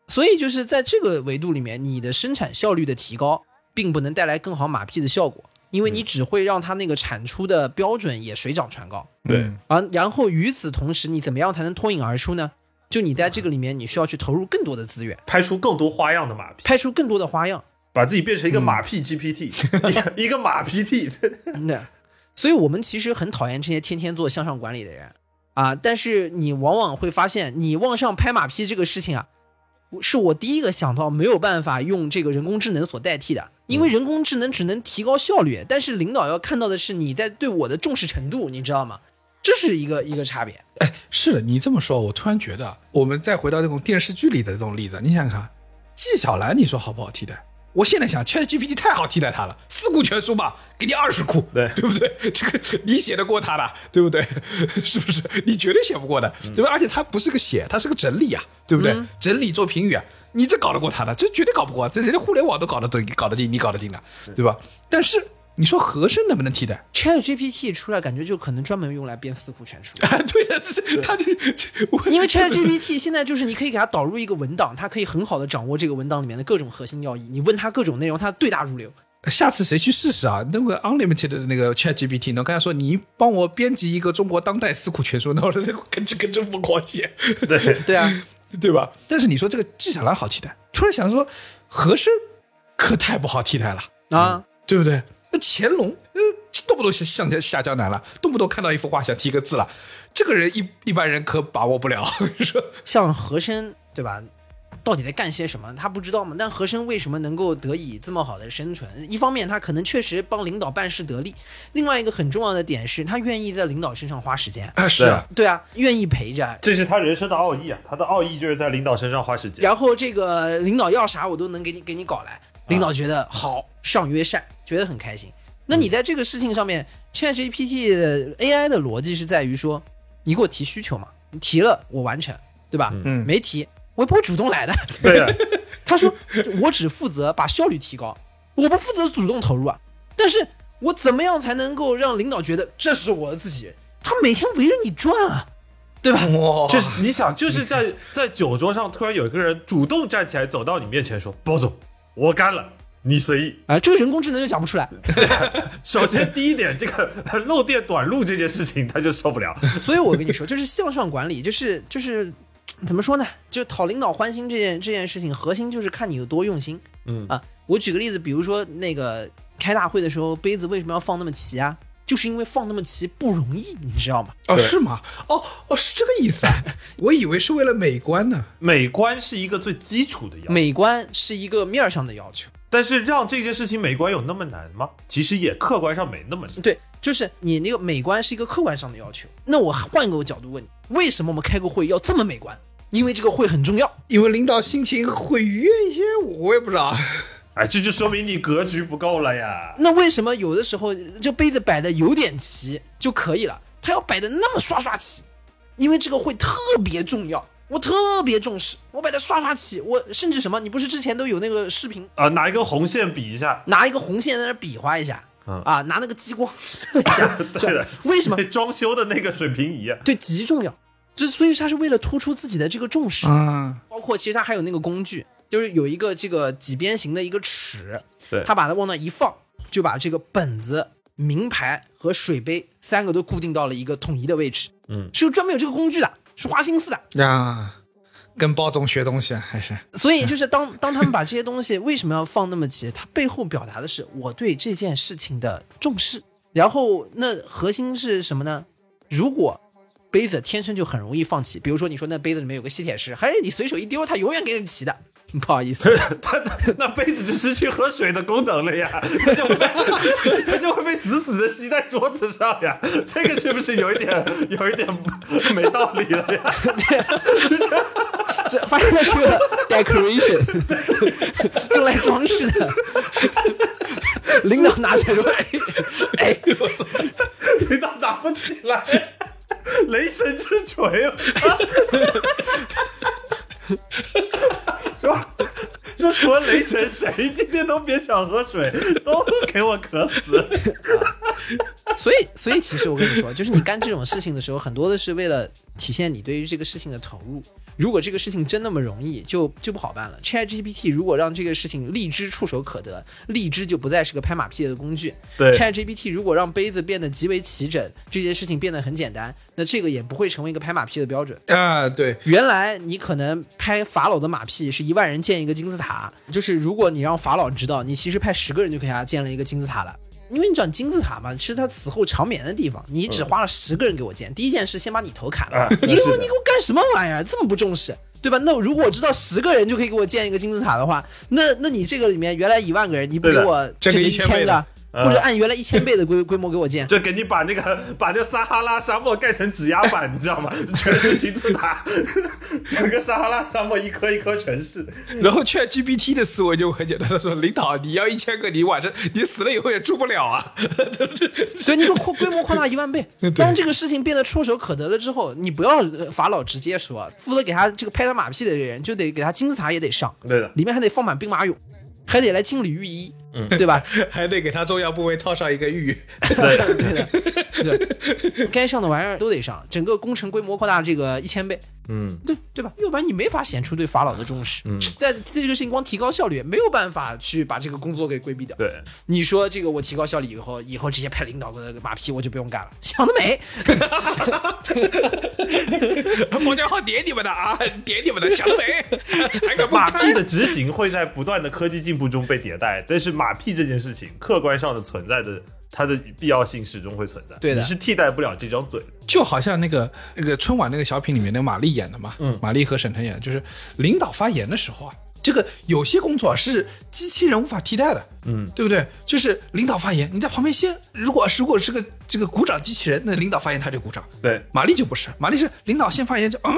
Speaker 5: 所以就是在这个维度里面，你的生产效率的提高，并不能带来更好马屁的效果，因为
Speaker 6: 嗯
Speaker 5: 你只会让它那个产出的标准也水涨船高。
Speaker 6: 对
Speaker 5: 啊，然后与此同时，你怎么样才能脱颖而出呢？就你在这个里面，你需要去投入更多的资源，
Speaker 6: 拍出更多花样的马屁，
Speaker 5: 拍出更多的花样。
Speaker 6: 把自己变成一个马屁 GPT，、一个马 PT。
Speaker 5: 那，所以我们其实很讨厌这些天天做向上管理的人啊。但是你往往会发现，你往上拍马屁这个事情啊，我是我第一个想到没有办法用这个人工智能所代替的，因为人工智能只能提高效率，但是领导要看到的是你在对我的重视程度，你知道吗？这是一个一个差别。
Speaker 4: 是的，你这么说，我突然觉得，我们再回到那种电视剧里的这种例子，你想想看，纪晓岚，你说好不好替代？我现在想，ChatGPT 太好替代他了，四库全书嘛，给你二十库，
Speaker 6: 对
Speaker 4: 对不对？ 这个你写得过他的，对不对？ 是不是？你绝对写不过的，对吧？而且他不是个写，他是个整理啊，对不对？
Speaker 5: 嗯
Speaker 4: 整理做评语啊，你这搞得过他的？这绝对搞不过，啊这人家互联网都搞得对，搞得定，你搞得定的，对吧？但是你说和珅能不能替代？
Speaker 5: Chat GPT 出来，感觉就可能专门用来编四库全书。
Speaker 4: 对的，这是他就是这我
Speaker 5: 因 为 ChatGPT 现在就是你可以给它导入一个文档，它可以很好的掌握这个文档里面的各种核心要义。你问它各种内容，它对答如流。
Speaker 4: 下次谁去试试啊？那个 Unlimited 的那个 ChatGPT 呢？我刚才说你帮我编辑一个中国当代四库全书，那我说跟着跟着疯狂写，对
Speaker 5: 对 啊，
Speaker 4: 对吧？但是你说这个纪晓岚好替代，突然想说和珅可太不好替代了，
Speaker 5: 啊，
Speaker 4: 对不对？那乾隆，呃，动不动下下下江南了，动不动看到一幅画想提个字了，这个人一一般人可把握不了。我跟你说，
Speaker 5: 像和珅对吧？到底在干些什么？他不知道吗？但和珅为什么能够得以这么好的生存？一方面，他可能确实帮领导办事得力；另外一个很重要的点是，他愿意在领导身上花时间。
Speaker 4: 啊，是啊，
Speaker 5: 对啊，愿意陪着，
Speaker 6: 这是他人生的奥义啊！他的奥义就是在领导身上花时间。
Speaker 5: 然后这个领导要啥我都能给你给你搞来，
Speaker 4: 啊
Speaker 5: 领导觉得好，上约善，觉得很开心。那
Speaker 4: 嗯
Speaker 5: 你在这个事情上面，ChatGPT 的 AI 的逻辑是在于说，你给我提需求嘛，你提了我完成，对吧？
Speaker 4: 嗯
Speaker 5: 没提我也不会主动 来的。
Speaker 6: 对啊，
Speaker 5: 他说我只负责把效率提高，我不负责主动投入啊。但是我怎么样才能够让领导觉得这是我自己人？他每天围着你转啊，对吧？
Speaker 4: 哇
Speaker 6: 就是你想，就是在 在酒桌上，突然有一个人主动站起来走到你面前说：“包总，我干了，你随意。
Speaker 5: 啊，这个人工智能就讲不出来，”
Speaker 6: 首先第一点，这个呃漏电短路这件事情他就受不了。
Speaker 5: 所以我跟你说，就是向上管理，就是就是怎么说呢？就讨领导欢心这件这件事情，核心就是看你有多用心
Speaker 6: 嗯
Speaker 5: 啊。我举个例子，比如说那个开大会的时候，杯子为什么要放那么齐啊？就是因为放那么齐不容易，你知道吗？
Speaker 4: 哦，
Speaker 6: 对
Speaker 4: 是吗？哦哦，是这个意思啊！我以为是为了美观呢。
Speaker 6: 美观是一个最基础的要，
Speaker 5: 美观是一个面儿上的要求，
Speaker 6: 但是让这件事情美观有那么难吗？其实也客观上没那么难。
Speaker 5: 对，就是你那个美观是一个客观上的要求。那我换个角度问你，为什么我们开个会要这么美观？因为这个会很重要。
Speaker 4: 因为领导心情会愉悦一些，我也不知道。
Speaker 6: 哎，这就说明你格局不够了呀。
Speaker 5: 那为什么有的时候这杯子摆的有点齐就可以了，它要摆的那么刷刷齐？因为这个会特别重要，我特别重视，我摆的刷刷齐，我甚至什么，你不是之前都有那个视频，
Speaker 6: 啊，拿一根红线比一下，
Speaker 5: 拿一个红线在那儿比划一下，
Speaker 6: 嗯，
Speaker 5: 啊，拿那个激光 射一下
Speaker 6: 对的，
Speaker 5: 为什么？
Speaker 6: 装修的那个水平仪啊，
Speaker 5: 对，极重要，就所以它是为了突出自己的这个重视。
Speaker 4: 啊，
Speaker 5: 包括其实它还有那个工具，就是有一个这个几边形的一个尺，
Speaker 6: 对
Speaker 5: 他把它往那一放，就把这个本子、名牌和水杯三个都固定到了一个统一的位置，
Speaker 6: 嗯，
Speaker 5: 是有专门有这个工具的，是花心思的。
Speaker 4: 啊，跟包总学东西啊还是
Speaker 5: 所 以就是当当他们把这些东西为什么要放那么齐，它背后表达的是我对这件事情的重视。然后那核心是什么呢？如果杯子天生就很容易放齐，比如说你说那杯子里面有个吸铁石，嘿，你随手一丢，它永远给你齐的。不好意 思，
Speaker 6: 它那杯子就失去喝水的功能了呀，它就被 它就会被死死的吸在桌子上呀，这个是不是有一点有一点没道理了呀？
Speaker 5: 这 发现它是个 decoration，用来装饰的。领导拿起来说：“哎，哎
Speaker 6: 你倒拿不起来，雷神之锤，啊我操 说说除了雷神，谁今天都别想喝水，都给我渴死。
Speaker 5: 所以，所以其实我跟你说，就是你干这种事情的时候，很多的是为了体现你对于这个事情的投入。如果这个事情真那么容易，就就不好办了。ChatGPT 如果让这个事情荔枝触手可得，荔枝就不再是个拍马屁的工具。
Speaker 6: 对
Speaker 5: ChatGPT 如果让杯子变得极为齐整，这件事情变得很简单，那这个也不会成为一个拍马屁的标准。
Speaker 4: 啊，对，
Speaker 5: 原来你可能拍法老的马屁是一万人建一个金字塔，就是如果你让法老知道，你其实派十个人就可以给他建了一个金字塔了。因为你讲金字塔嘛，是他死后长眠的地方。你只花了十个人给我建，第一件事先把你头砍了
Speaker 6: 啊，
Speaker 5: 你给
Speaker 6: 是
Speaker 5: 我
Speaker 6: 的
Speaker 5: 你给我干什么玩意儿？这么不重视，对吧？那如果我知道十个人就可以给我建一个金字塔的话，那那你这个里面原来一万个人，你不给
Speaker 6: 对的
Speaker 5: 我
Speaker 4: 这
Speaker 5: 整
Speaker 4: 个
Speaker 5: 个
Speaker 4: 一
Speaker 5: 一
Speaker 4: 千
Speaker 5: 千
Speaker 4: 倍的
Speaker 5: 个，或者按原来一千倍的规规模给我建，
Speaker 6: 就给你把那个 把那撒哈拉沙漠盖成指压板，你 知道吗？全是金字塔， 整个撒哈拉沙漠一颗一颗全是。
Speaker 4: 然后 ChatGPT 的思维就很简单，他说领导你要一千个，你晚上你死了以后也住不了啊。
Speaker 5: 所以你说扩规模扩大一万倍，当这个事情变得触手可得了之后，你不要呃法老直接说，负责给他这个拍他马屁的人就得给他金字塔也得上，
Speaker 6: 对的，嗯
Speaker 5: 里面还得放满兵马俑，还得来金缕玉衣，对 吧？
Speaker 4: 还得给他重要部位套上一个玉，
Speaker 5: 对的，对，该上的玩意儿都得上，整个工程规模扩大这个一千倍，
Speaker 6: 嗯，
Speaker 5: 对对吧？要不然你没法显出对法老的重视。
Speaker 6: 嗯
Speaker 5: 但对这个事情光提高效率，没有办法去把这个工作给规避掉。
Speaker 6: 对，
Speaker 5: 你说这个我提高效率以后，以后直接拍领导的马屁我就不用干了，想得 美。
Speaker 4: 包家浩点你们的啊，点你们的，想得美，还敢
Speaker 6: 马
Speaker 4: 骂
Speaker 6: 屁的执行会在不断的科技进步中被迭代，但是马屁这件事情客观上的存在的。它的必要性始终会存在，
Speaker 5: 对的
Speaker 6: 你是替代不了这张嘴的。
Speaker 4: 就好像那个那个春晚那个小品里面那个马丽演的嘛，
Speaker 6: 嗯
Speaker 4: 马丽和沈腾演的，就是领导发言的时候啊，这个有些工作啊是机器人无法替代的，
Speaker 6: 嗯，
Speaker 4: 对不对？就是领导发言，你在旁边先，如果如果是个这个鼓掌机器人，那领导发言他就鼓掌，
Speaker 6: 对，
Speaker 4: 玛丽就不是，玛丽是领导先发言就嗯，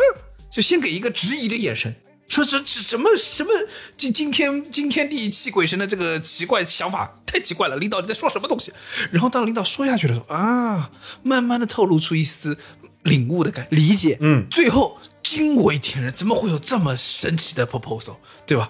Speaker 4: 就先给一个质疑的眼神，说这这什么什么惊惊天惊天地泣鬼神的这个奇怪想法太奇怪了，领导你在说什么东西？然后当领导说下去的时候啊，慢慢的透露出一丝领悟的感觉，
Speaker 5: 理解，
Speaker 6: 嗯，
Speaker 4: 最后。惊为天人，怎么会有这么神奇的 proposal，对吧？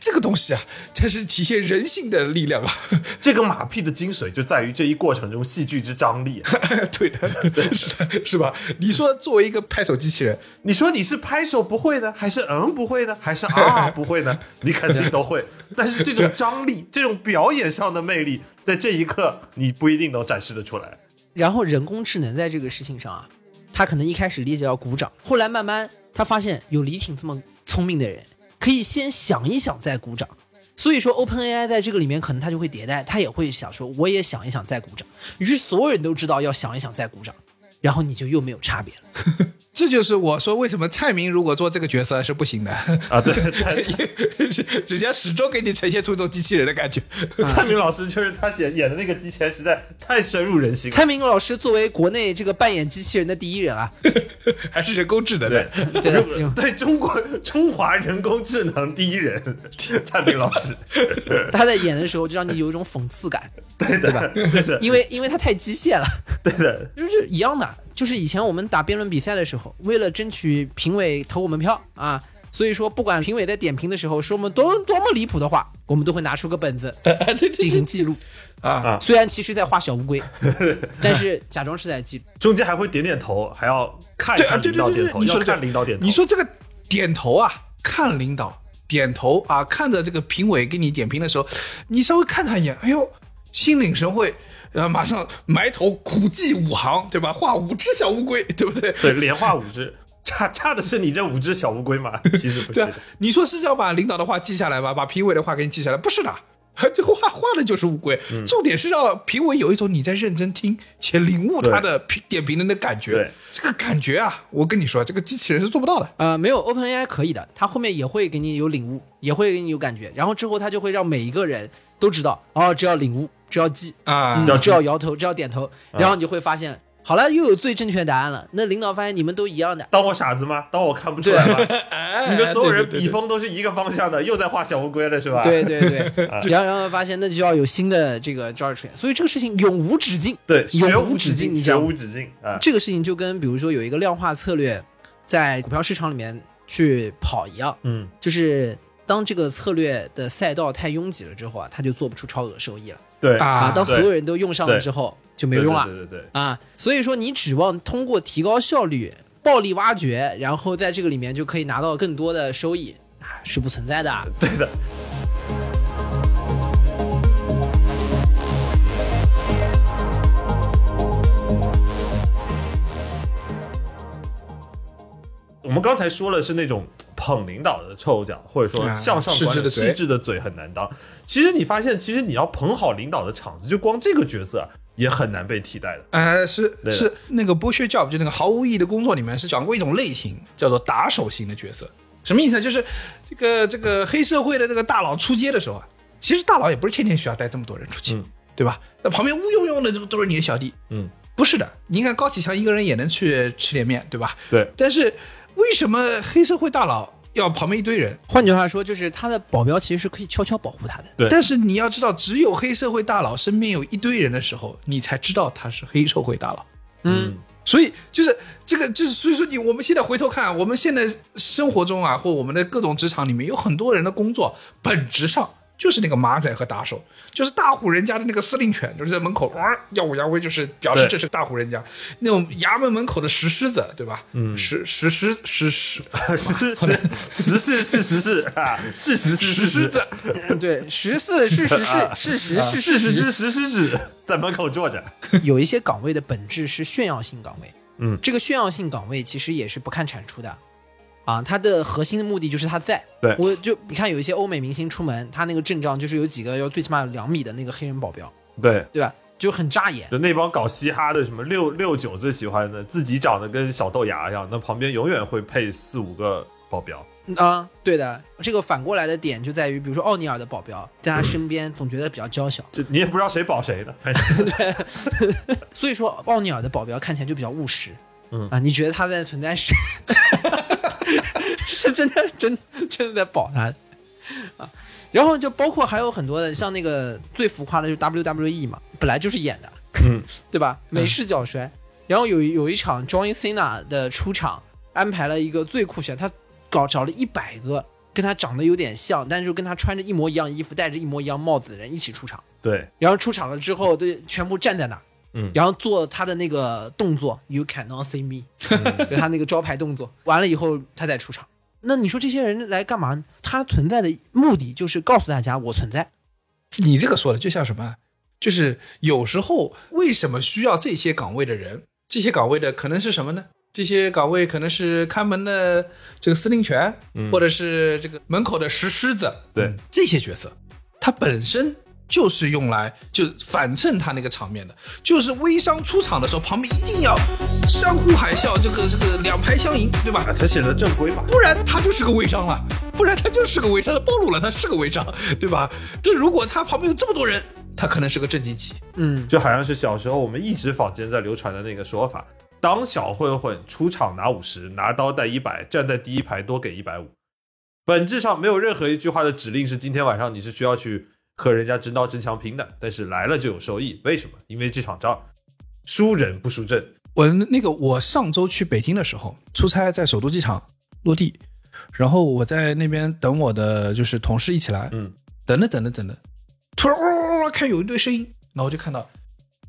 Speaker 4: 这个东西啊，才是体现人性的力量啊！
Speaker 6: 这个马屁的精髓就在于这一过程中戏剧之张力啊。
Speaker 4: 对的， 是的，是吧？你说作为一个拍手机器人，
Speaker 6: 你说你是拍手不会呢，还是嗯不会呢，还 是啊不会呢？你肯定都会。但是这种张力，这种表演上的魅力，在这一刻你不一定能展示得出来。
Speaker 5: 然后人工智能在这个事情上啊，他可能一开始理解要鼓掌，后来慢慢他发现有李挺这么聪明的人，可以先想一想再鼓掌。所以说，OpenAI 在这个里面可能它就会迭代，它也会想说，我也想一想再鼓掌。于是所有人都知道要想一想再鼓掌，然后你就又没有差别了。
Speaker 4: 这就是我说为什么蔡明如果做这个角色是不行的，
Speaker 6: 啊，对， 蔡
Speaker 4: 人家始终给你呈现出一种机器人的感觉。
Speaker 6: 蔡明老师就是他演演的那个机器人，实在太深入人心了。
Speaker 5: 蔡明老师作为国内这个扮演机器人的第一人啊，
Speaker 4: 还是人工智能
Speaker 6: 对啊
Speaker 4: 的。，
Speaker 5: 对
Speaker 6: 如
Speaker 5: 用
Speaker 6: 对中国中华人工智能第一人蔡明老 师，
Speaker 5: 他在演的时候就让你有一种讽刺感，对吧？因为因为他太机械了，
Speaker 6: 对的，
Speaker 5: 就是一样的。就是以前我们打辩论比赛的时候，为了争取评委投我们票啊，所以说不管评委在点评的时候说我们多多么离谱的话，我们都会拿出个本子进行记录。
Speaker 4: 啊，
Speaker 5: 虽然其实在画小乌龟，但是假装是在记录。
Speaker 6: 中间还会点点头，还要看一
Speaker 4: 对啊，
Speaker 6: 看
Speaker 4: 对对
Speaker 6: 领导
Speaker 4: 对
Speaker 6: 点
Speaker 4: 对，
Speaker 6: 头，
Speaker 4: 你
Speaker 6: 要
Speaker 4: 说
Speaker 6: 看领导点头。
Speaker 4: 你说这个点头啊，看领导点头啊，看着这个评委给你点评的时候，你稍微看他一眼，哎呦，心领神会，然后马上埋头苦记五行，对吧？画五只小乌龟，对不对？
Speaker 6: 对，连画五只，差差的是你这五只小乌龟嘛？其实不是
Speaker 4: 对
Speaker 6: 的
Speaker 4: 啊，，你说是要把领导的话记下来吧，把评委的话给你记下来？不是的， 这个画画的就是乌龟。
Speaker 6: 嗯
Speaker 4: 重点是让评委有一种你在认真听且领悟他的评点评人的感觉
Speaker 6: 对。
Speaker 4: 这个感觉啊，我跟你说，这个机器人是做不到的。
Speaker 5: 呃，没有 OpenAI 可以的，它后面也会给你有领悟，也会给你有感觉，然后之后它就会让每一个人都知道，哦，只要领悟，只要记，
Speaker 4: 啊、
Speaker 5: 嗯只要摇头，只要点头，
Speaker 6: 嗯
Speaker 5: 然后你就会发现，好了，又有最正确的答案了。那领导发现你们都一样的，
Speaker 6: 当我傻子吗？当我看不出来吗？
Speaker 4: 哎
Speaker 6: 你们所有人
Speaker 4: 对对对
Speaker 6: 笔锋都是一个方向的，又在画小乌龟了是吧？
Speaker 5: 对对 对，
Speaker 6: 啊
Speaker 5: 然后然后发现那就要有新的这个招式出现，所以这个事情永无止境，
Speaker 6: 对，学
Speaker 5: 永
Speaker 6: 无
Speaker 5: 无
Speaker 6: 止
Speaker 5: 止境，你知
Speaker 6: 学
Speaker 5: 道吗
Speaker 6: 无？止境啊！
Speaker 5: 这个事情就跟比如说有一个量化策略在股票市场里面去跑一样，
Speaker 6: 嗯，
Speaker 5: 就是当这个策略的赛道太拥挤了之后啊，它就做不出超额收益了
Speaker 6: 对
Speaker 4: 啊
Speaker 5: 啊。当所
Speaker 6: 对
Speaker 5: 有人都用上了
Speaker 6: 对
Speaker 5: 之后，就没有
Speaker 6: 对
Speaker 5: 用了。
Speaker 6: 对对对对，
Speaker 5: 啊，所以说你指望通过提高效率、暴力挖掘，然后在这个里面就可以拿到更多的收益啊，是不存在的。
Speaker 6: 对的。我们刚才说了是那种捧领导的臭脚，或者说
Speaker 4: 啊
Speaker 6: 向上管
Speaker 4: 失
Speaker 6: 理
Speaker 4: 智的嘴
Speaker 6: 细致的嘴很难当。其实你发现，其实你要捧好领导的场子，就光这个角色啊也很难被替代的。
Speaker 4: 呃，是
Speaker 6: 对的
Speaker 4: 是那个 bullshit job，就那个毫无意义的工作里面是讲过一种类型，叫做打手型的角色。什么意思呢？就是这个这个黑社会的这个大佬出街的时候啊，其实大佬也不是天天需要带这么多人出去，
Speaker 6: 嗯
Speaker 4: 对吧？那旁边乌泱泱的都都是你的小弟，
Speaker 6: 嗯，
Speaker 4: 不是的。你看高启强一个人也能去吃点面，对吧？
Speaker 6: 对，
Speaker 4: 但是为什么黑社会大佬要旁边一堆人？
Speaker 5: 换句话说，就是他的保镖其实是可以悄悄保护他的。
Speaker 6: 对
Speaker 4: 但是你要知道，只有黑社会大佬身边有一堆人的时候，你才知道他是黑社会大佬。
Speaker 5: 嗯，
Speaker 4: 所以就是这个，就是所以说你我们现在回头看，我们现在生活中啊，或我们的各种职场里面，有很多人的工作本质上就是那个马仔和打手，就是大户人家的那个司令犬，就是在门口哇、耀武扬威，就是表示
Speaker 6: 对
Speaker 4: 这是大户人家那种衙门门口的石狮子，对吧？嗯，石石狮石石
Speaker 6: 实事实事是实事啊，事嗯实是
Speaker 4: 石
Speaker 6: 事
Speaker 4: 狮
Speaker 6: 实啊
Speaker 4: 子，
Speaker 5: 对，十四是十 四，事实是
Speaker 6: 事实之实施之，在门口坐着。
Speaker 5: 啊有一些岗位的本质是炫耀性岗位，
Speaker 6: 嗯
Speaker 5: 这个炫耀性岗位其实也是不看产出的，啊，它的核心的目的就是他在。
Speaker 6: 对
Speaker 5: 我就你看有一些欧美明星出门，他那个阵仗就是有几个要最起码有两米的那个黑人保镖，
Speaker 6: 对，
Speaker 5: 对吧？就很扎眼。
Speaker 6: 就那帮搞嘻哈的，什么六六九最喜欢的，自己长得跟小豆芽一样，那旁边永远会配四五个保镖。
Speaker 5: 啊、对的，这个反过来的点就在于，比如说奥尼尔的保镖在他身边总觉得比较娇小，
Speaker 6: 就你也不知道谁保谁的，反正
Speaker 5: 所以说奥尼尔的保镖看起来就比较务实。
Speaker 6: 嗯
Speaker 5: 啊，你觉得他在存在是 是真的真真的在保他啊？然后就包括还有很多的，像那个最浮夸的就是 WWE 嘛，本来就是演的，
Speaker 6: 嗯，
Speaker 5: 对吧？美式脚摔，然后有有一场 John Cena 的出场。安排了一个最酷选，他搞找了一百个跟他长得有点像，但是又跟他穿着一模一样衣服、戴着一模一样帽子的人一起出场。
Speaker 6: 对，
Speaker 5: 然后出场了之后，对，全部站在那儿，
Speaker 6: 嗯
Speaker 5: 然后做他的那个动作，You cannot see me，就他那个招牌动作。完了以后，他再出场。那你说这些人来干嘛呢？他存在的目的就是告诉大家我存在。
Speaker 4: 你这个说的就像什么啊？就是有时候为什么需要这些岗位的人？这些岗位的可能是什么呢？这些岗位可能是看门的这个司令员，
Speaker 6: 嗯
Speaker 4: 或者是这个门口的石狮子，嗯
Speaker 6: 对
Speaker 4: 这些角色，它本身就是用来就反衬他那个场面的，就是微商出场的时候，旁边一定要山呼海啸，这个这个两排相迎，对吧？
Speaker 6: 啊，他写的正规嘛，
Speaker 4: 不然他就是个微商了，啊不然他就是个微商，他暴露了他是个微商，对吧？这如果他旁边有这么多人，他可能是个正经棋。
Speaker 5: 嗯，
Speaker 6: 就好像是小时候我们一直坊间在流传的那个说法，当小混混出场拿五十，拿刀带一百，站在第一排多给一百五。本质上没有任何一句话的指令是今天晚上你是需要去和人家真刀真枪拼的，但是来了就有收益。为什么？因为这场仗输人不输阵。
Speaker 4: 我那个我上周去北京的时候，出差在首都机场落地，然后我在那边等我的就是同事一起来，
Speaker 6: 嗯，
Speaker 4: 等着等着等着，突然哇哇哇看有一堆声音，然后我就看到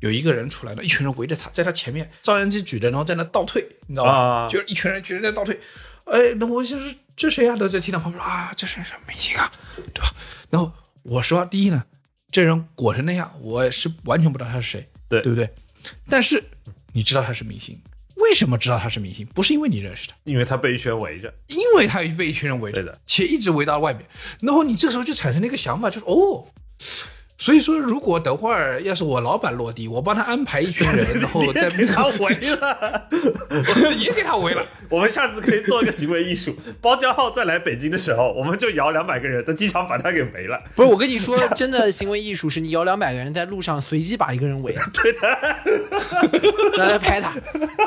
Speaker 4: 有一个人出来了，一群人围着他，在他前面，照相机举着，然后在那倒退，你知道吧？
Speaker 6: 啊
Speaker 4: 就是一群人举着在倒退，哎，那我就是这谁呀、都在听到旁边说啊，这是什么明星啊，对吧？然后我说第一呢，这人裹成那样，我也是完全不知道他是谁，
Speaker 6: 对
Speaker 4: 对不对？但是你知道他是明星，为什么知道他是明星？不是因为你认识他，
Speaker 6: 因为他被一圈围 着，
Speaker 4: 因为他被一群人围
Speaker 6: 对的
Speaker 4: 着，且一直围到外面。然后你这时候就产生了一个想法，就是哦，所以说如果等会儿要是我老板落地，我帮他安排一群 人，然后再
Speaker 6: 给他围了。
Speaker 4: 也给他围了。
Speaker 6: 我们下次可以做一个行为艺术，包浆浩再来北京的时候，我们就摇两百个人在机场把他给围了。
Speaker 5: 不是，我跟你说，真的行为艺术是你摇两百个人在路上随机把一个人围， 对的，然后来拍他。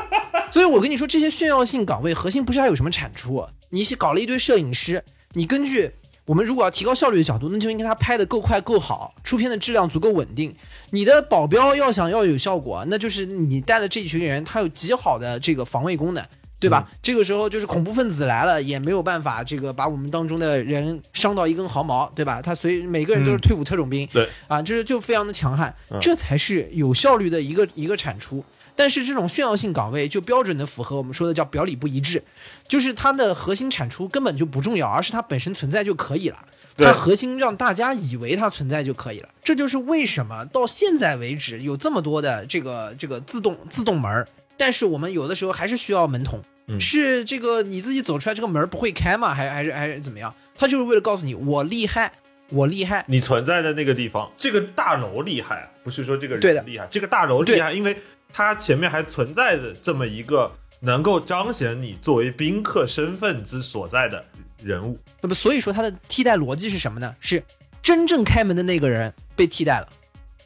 Speaker 5: 所以我跟你说，这些炫耀性岗位核心不是它有什么产出，你是搞了一堆摄影师，你根据我们如果要提高效率的角度，那就应该他拍的够快够好，出片的质量足够稳定。你的保镖要想要有效果，那就是你带了这一群人，他有极好的这个防卫功能。对吧？这个时候就是恐怖分子来了，也没有办法这个把我们当中的人伤到一根毫毛，对吧？他随每个人都是退伍特种兵，
Speaker 6: 对
Speaker 5: 啊，就是就非常的强悍，这才是有效率的一个一个产出。但是这种炫耀性岗位就标准的符合我们说的叫表里不一致，就是它的核心产出根本就不重要，而是它本身存在就可以了。
Speaker 6: 对
Speaker 5: 它核心让大家以为它存在就可以了，这就是为什么到现在为止有这么多的这个这个自动自动门儿，但是我们有的时候还是需要门童，是这个你自己走出来这个门儿不会开吗？还还是还是怎么样？他就是为了告诉你我厉害，我厉害，
Speaker 6: 你存在的那个地方，这个大楼厉害，啊不是说这个
Speaker 5: 对的
Speaker 6: 人厉害，这个大楼厉害，因为它前面还存在着这么一个能够彰显你作为宾客身份之所在的人物。
Speaker 5: 那么所以说它的替代逻辑是什么呢？是真正开门的那个人被替代了，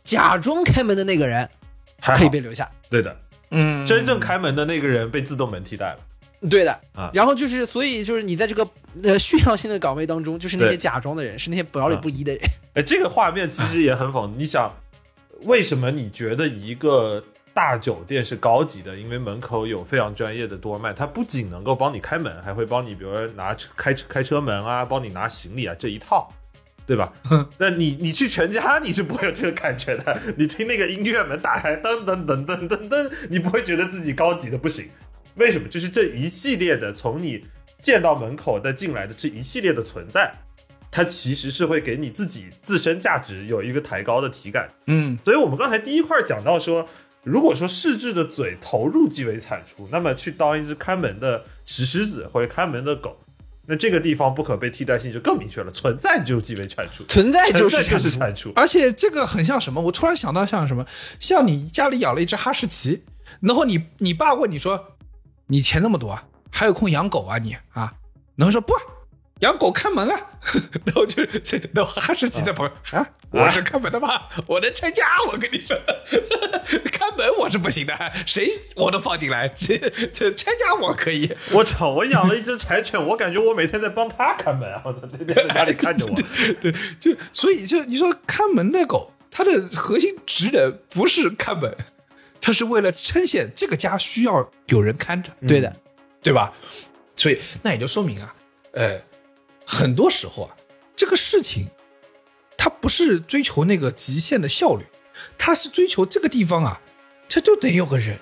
Speaker 5: 假装开门的那个人
Speaker 6: 还
Speaker 5: 可以
Speaker 6: 好
Speaker 5: 被，留下。
Speaker 6: 对的，
Speaker 4: 嗯
Speaker 6: 真正开门的那个人被自动门替代了。
Speaker 5: 对的
Speaker 6: 啊
Speaker 5: 然后就是，所以就是你在这个呃炫耀性的岗位当中，就是那
Speaker 6: 对
Speaker 5: 些假装的人，是那些表里不一的人。
Speaker 6: 哎，这个画面其实也很讽。你想，为什么你觉得一个大酒店是高级的？因为门口有非常专业的多卖，它不仅能够帮你开门，还会帮你，比如说拿车开车开车门啊，帮你拿行李啊这一套，对吧？那你你去全家，你是不会有这个感觉的。你听那个音乐门打开，噔噔噔噔噔噔，你不会觉得自己高级的不行。为什么？就是这一系列的从你见到门口再进来的这一系列的存在，它其实是会给你自己自身价值有一个抬高的体感。
Speaker 4: 嗯
Speaker 6: 所以我们刚才第一块讲到说，如果说试制的嘴投入即为产出，那么去当一只看门的石狮子或者看门的狗，那这个地方不可被替代性就更明确了，存在就即为产出，
Speaker 5: 存在就
Speaker 6: 存
Speaker 5: 是
Speaker 6: 在就是
Speaker 5: 产
Speaker 6: 产出。
Speaker 4: 而且这个很像什么？我突然想到像什么，像你家里养了一只哈士奇，然后你你爸问你说，你钱那么多啊，还有空养狗啊你啊？然后说不啊，养狗看门啊， 然后就然后哈士奇在旁边啊，我是看门的吧？我能拆家，我跟你说， 看门我是不行的，谁我都放进来，这这拆家我可以。
Speaker 6: 我操！我养了一只柴犬，我感觉我每天在帮它看门啊！我操，天天在家里 看着我。
Speaker 4: 对，就所以就你说看门的狗，它的核心职能不是看门，它是为了彰显这个家需要有人看着。
Speaker 5: 对的，
Speaker 4: 对吧？所以那也就说明啊，呃，很多时候啊，这个事情它不是追求那个极限的效率，它是追求这个地方啊，它就得有个人，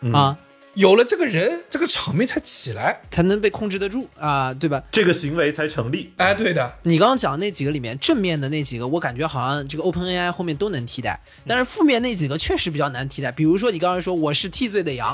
Speaker 6: 嗯
Speaker 5: 啊，
Speaker 4: 有了这个人，这个场面才起来。
Speaker 5: 才能被控制得住啊，对吧？
Speaker 6: 这个行为才成立。
Speaker 4: 哎，对的，
Speaker 5: 你刚刚讲那几个里面，正面的那几个，我感觉好像这个 OpenAI 后面都能替代，
Speaker 6: 嗯
Speaker 5: 但是负面那几个确实比较难替代。比如说你刚才说我是替罪的羊，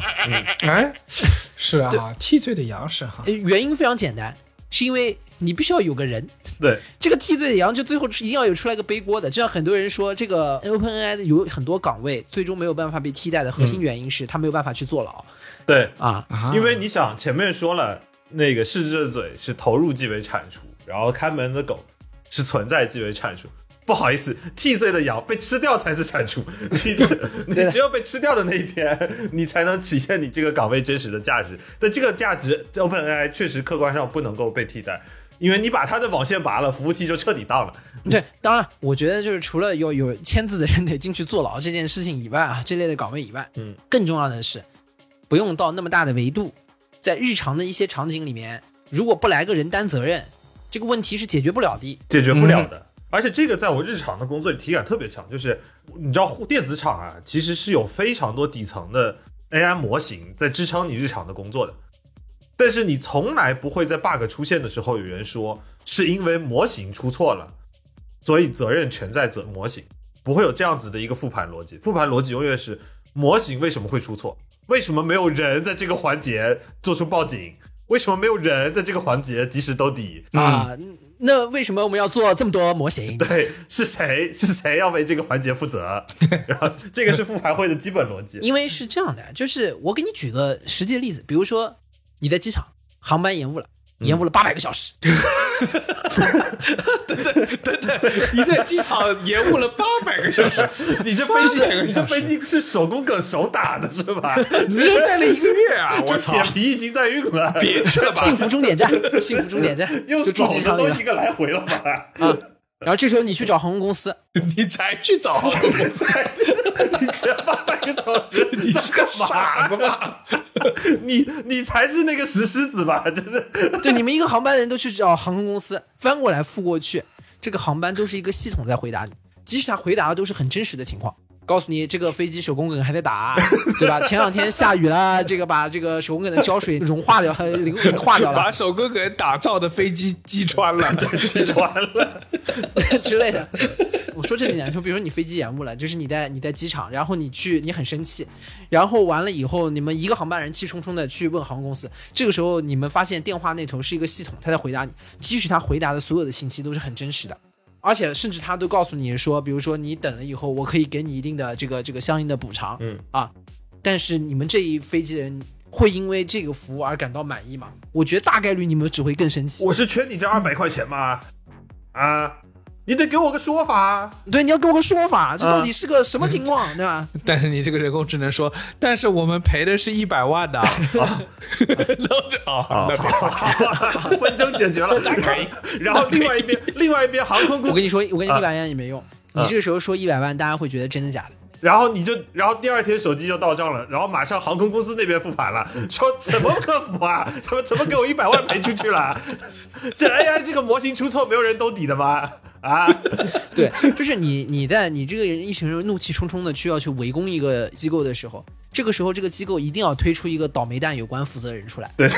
Speaker 4: 哎， 是啊，替罪的羊是哈
Speaker 5: 呃，原因非常简单，是因为你必须要有个人，
Speaker 6: 对，
Speaker 5: 这个替罪的羊就最后一定要有出来个背锅的。就像很多人说，这个 OpenAI 有很多岗位最终没有办法被替代的核心原因是他没有办法去坐牢
Speaker 6: 对，
Speaker 5: 啊。
Speaker 4: 啊
Speaker 6: 因为你想前面说了，那个逝者的嘴是投入即为铲除，然后看门的狗是存在即为铲除。不好意思，替罪的羊被吃掉才是铲除，你这 你只有被吃掉的那一天，你才能体现你这个岗位真实的价值。但这个价值，OpenAI 确实客观上不能够被替代，因为你把它的网线拔了，服务器就彻底当了。
Speaker 5: 对，当然，我觉得就是除了有有签字的人得进去坐牢这件事情以外啊，这类的岗位以外，
Speaker 6: 嗯，
Speaker 5: 更重要的是，不用到那么大的维度，在日常的一些场景里面，如果不来个人担责任，这个问题是解决不了的。
Speaker 6: 解决不了的。而且这个在我日常的工作里体感特别强，就是你知道电子厂啊，其实是有非常多底层的 AI 模型在支撑你日常的工作的。但是你从来不会在 bug 出现的时候有人说是因为模型出错了，所以责任全在责模型，不会有这样子的一个复盘逻辑。复盘逻辑永远是模型为什么会出错？为什么没有人在这个环节做出报警？为什么没有人在这个环节及时兜底？
Speaker 4: 嗯
Speaker 5: 啊，那为什么我们要做这么多模型？
Speaker 6: 对，是谁是谁要为这个环节负 责？然后这个是复盘会的基本逻辑。
Speaker 5: 因为是这样的，就是我给你举个实际的例子，比如说你在机场航班延误了，延误了八百个小时，
Speaker 4: 等等，你在机场延误了八百个小时，
Speaker 6: 你这
Speaker 4: 就
Speaker 6: 飞
Speaker 4: 是两个
Speaker 6: 机，你这
Speaker 4: 小时
Speaker 6: 飞机是手工梗手打的是吧？
Speaker 4: 你这待了一个月啊！ 我
Speaker 6: 这
Speaker 4: 操
Speaker 6: 铁，皮已经在运了，
Speaker 4: 别去了吧！
Speaker 5: 幸福终点站，幸福终点站
Speaker 6: 又
Speaker 5: 就住
Speaker 6: 走
Speaker 5: 机
Speaker 6: 的
Speaker 5: 场里
Speaker 6: 都
Speaker 5: 了
Speaker 6: 一。个来回了吧？
Speaker 5: 啊，然后这时候你去找航空公司，
Speaker 4: 你才去找航空公司，
Speaker 6: 你这八百个小时，
Speaker 4: 你是个傻子吧？
Speaker 6: 你你才是那个石狮子吧？ 真的，
Speaker 5: 对，你们一个航班的人都去找航空公司，翻过来覆过去，这个航班都是一个系统在回答你，即使他回答的都是很真实的情况。告诉你，这个飞机手工梗还在打，对吧？前两天下雨了，这个把这个手工梗的胶水融化掉， 淋淋化掉了
Speaker 4: 把手工给打造的飞机击穿 了，
Speaker 6: 气穿了。
Speaker 5: 之类的。我说这点，就比如说你飞机延误了，就是你在你在机场，然后你去你很生气，然后完了以后，你们一个航班人气冲冲的去问航空公司，这个时候你们发现电话那头是一个系统，他在回答你，即使他回答的所有的信息都是很真实的。而且甚至他都告诉你说，比如说你等了以后，我可以给你一定的这个这个相应的补偿，
Speaker 6: 嗯
Speaker 5: 啊，但是你们这一飞机人会因为这个服务而感到满意吗？我觉得大概率你们只会更生气。
Speaker 6: 我是缺你这二百块钱吗？啊，你得给我个说法啊。
Speaker 5: 对，你要给我个说法，这
Speaker 6: 啊
Speaker 5: 到底是个什么情况，对吧？
Speaker 4: 但是你这个人工智能说，但是我们赔的是一百万 的，然后就啊，那别
Speaker 6: 纷争解决了，然后另外一边，另外一边航空公
Speaker 5: 我
Speaker 6: 司
Speaker 5: 跟你说，我跟你
Speaker 6: 啊
Speaker 5: 一百万也没用。你这个时候说一百万，大家会觉得真的假的？
Speaker 6: 然后你就，然后第二天手机就到账了，然后马上航空公司那边复盘了，说什么客服啊，怎么怎么给我一百万赔出去了？这 AI 这个模型出错，没有人兜底的吗？啊，
Speaker 5: 对， 就是你你在你这个人一群人怒气冲冲的去要去围攻一个机构的时候，这个时候这个机构一定要推出一个倒霉蛋有关负责人出来，
Speaker 6: 对，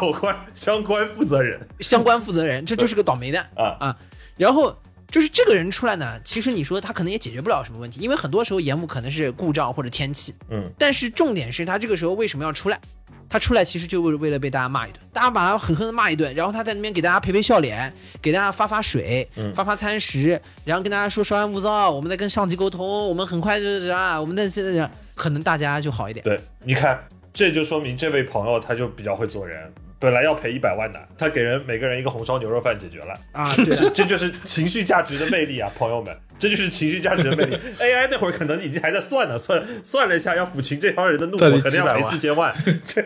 Speaker 6: 有关相关负责人
Speaker 5: 相关负责人，这就是个倒霉蛋
Speaker 6: 啊
Speaker 5: 啊。然后就是这个人出来呢，其实你说他可能也解决不了什么问题，因为很多时候延误可能是故障或者天气，
Speaker 6: 嗯，
Speaker 5: 但是重点是他这个时候为什么要出来？他出来其实就是为了被大家骂一顿，大家把他狠狠的骂一顿，然后他在那边给大家赔赔笑脸，给大家发发水，
Speaker 6: 嗯
Speaker 5: 发发餐食，然后跟大家说稍安勿躁，我们在跟上级沟通，我们很快就是啊啥，我们在现在可能大家就好一点。
Speaker 6: 对，你看，这就说明这位朋友他就比较会做人。本来要赔一百万的，他给人每个人一个红烧牛肉饭解决了，
Speaker 5: 啊，对，
Speaker 6: 这就是情绪价值的魅力啊，朋友们！这就是情绪价值的魅力。AI 那会儿可能已经还在算呢，算算了一下，要抚琴这帮人的怒
Speaker 4: 到底
Speaker 6: 火，可能要
Speaker 4: 700
Speaker 6: 赔
Speaker 4: 万
Speaker 6: 四千万。 这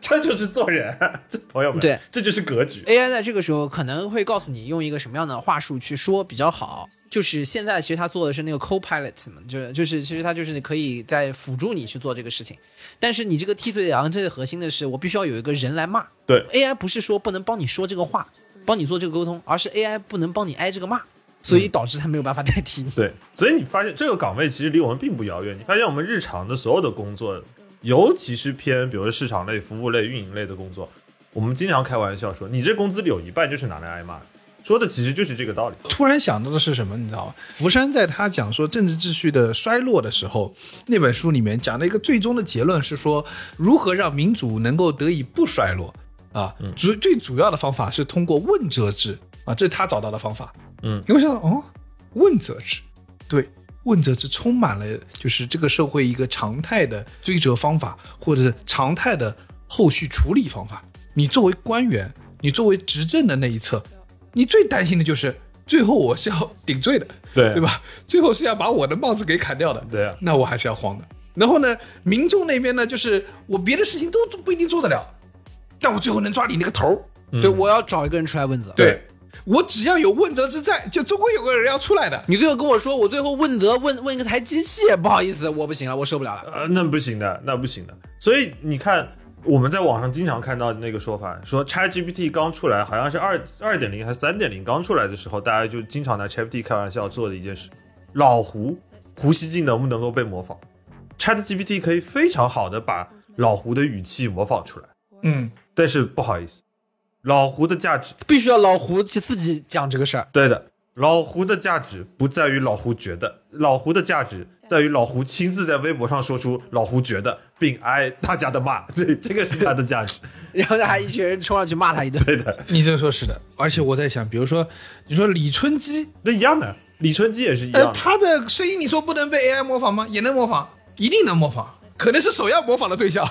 Speaker 6: 这就是做人，啊这朋友们，
Speaker 5: 对，
Speaker 6: 这就是格局。
Speaker 5: AI 在这个时候可能会告诉你用一个什么样的话术去说比较好。就是现在其实它做的是那个 Copilot 嘛，就就是其实它就是可以在辅助你去做这个事情。但是你这个替罪羊最核心的是，我必须要有一个人来骂。
Speaker 6: 对
Speaker 5: ，AI 不是说不能帮你说这个话，帮你做这个沟通，而是 AI 不能帮你挨这个骂，所以导致它没有办法代替你。
Speaker 6: 对，所以你发现这个岗位其实离我们并不遥远。你发现我们日常的所有的工作，尤其是偏比如说市场类、服务类、运营类的工作，我们经常开玩笑说，你这工资里有一半就是拿来挨骂的，说的其实就是这个道理。
Speaker 4: 突然想到的是什么，你知道吗？福山在他讲说政治秩序的衰落的时候，那本书里面讲的一个最终的结论是说，如何让民主能够得以不衰落啊？
Speaker 6: 嗯
Speaker 4: 主、最主要的方法是通过问责制啊，这是他找到的方法。
Speaker 6: 嗯
Speaker 4: 你会想到哦，问责制，对。问责制充满了就是这个社会一个常态的追责方法，或者是常态的后续处理方法。你作为官员，你作为执政的那一侧，你最担心的就是最后我是要顶罪的，
Speaker 6: 对
Speaker 4: 对吧？啊最后是要把我的帽子给砍掉的，
Speaker 6: 对啊
Speaker 4: 那我还是要慌的。然后呢，民众那边呢，就是我别的事情都做不一定做得了，但我最后能抓你那个头儿。
Speaker 5: 对，我要找一个人出来问责。
Speaker 4: 对，我只要有问责之在，就终归有个人要出来的。
Speaker 5: 你最后跟我说，我最后问责问问一个台机器，不好意思，我不行了，我受不了了。
Speaker 6: 呃，那不行的，那不行的。所以你看，我们在网上经常看到那个说法，说 ChatGPT 刚出来，好像是二二点零还是三点零刚出来的时候，大家就经常拿 ChatGPT 开玩笑做的一件事：老胡胡锡进能不能够被模仿？ChatGPT 可以非常好的把老胡的语气模仿出来，
Speaker 4: 嗯，
Speaker 6: 但是不好意思，老胡的价值
Speaker 5: 必须要老胡去自己讲这个事儿。
Speaker 6: 对的，老胡的价值不在于老胡觉得，老胡的价值在于老胡亲自在微博上说出老胡觉得，并挨大家的骂， 这这个是他的价 值。
Speaker 5: 然后还一群人冲上去骂他一顿。
Speaker 6: 对的，
Speaker 4: 你这说是的，而且我在想，比如说，你说李春基，
Speaker 6: 那一样的，李春基也是一样
Speaker 4: 呃，
Speaker 6: 的。
Speaker 4: 他的声音你说不能被 AI 模仿吗？也能模仿，一定能模仿，可能是首要模仿的对象。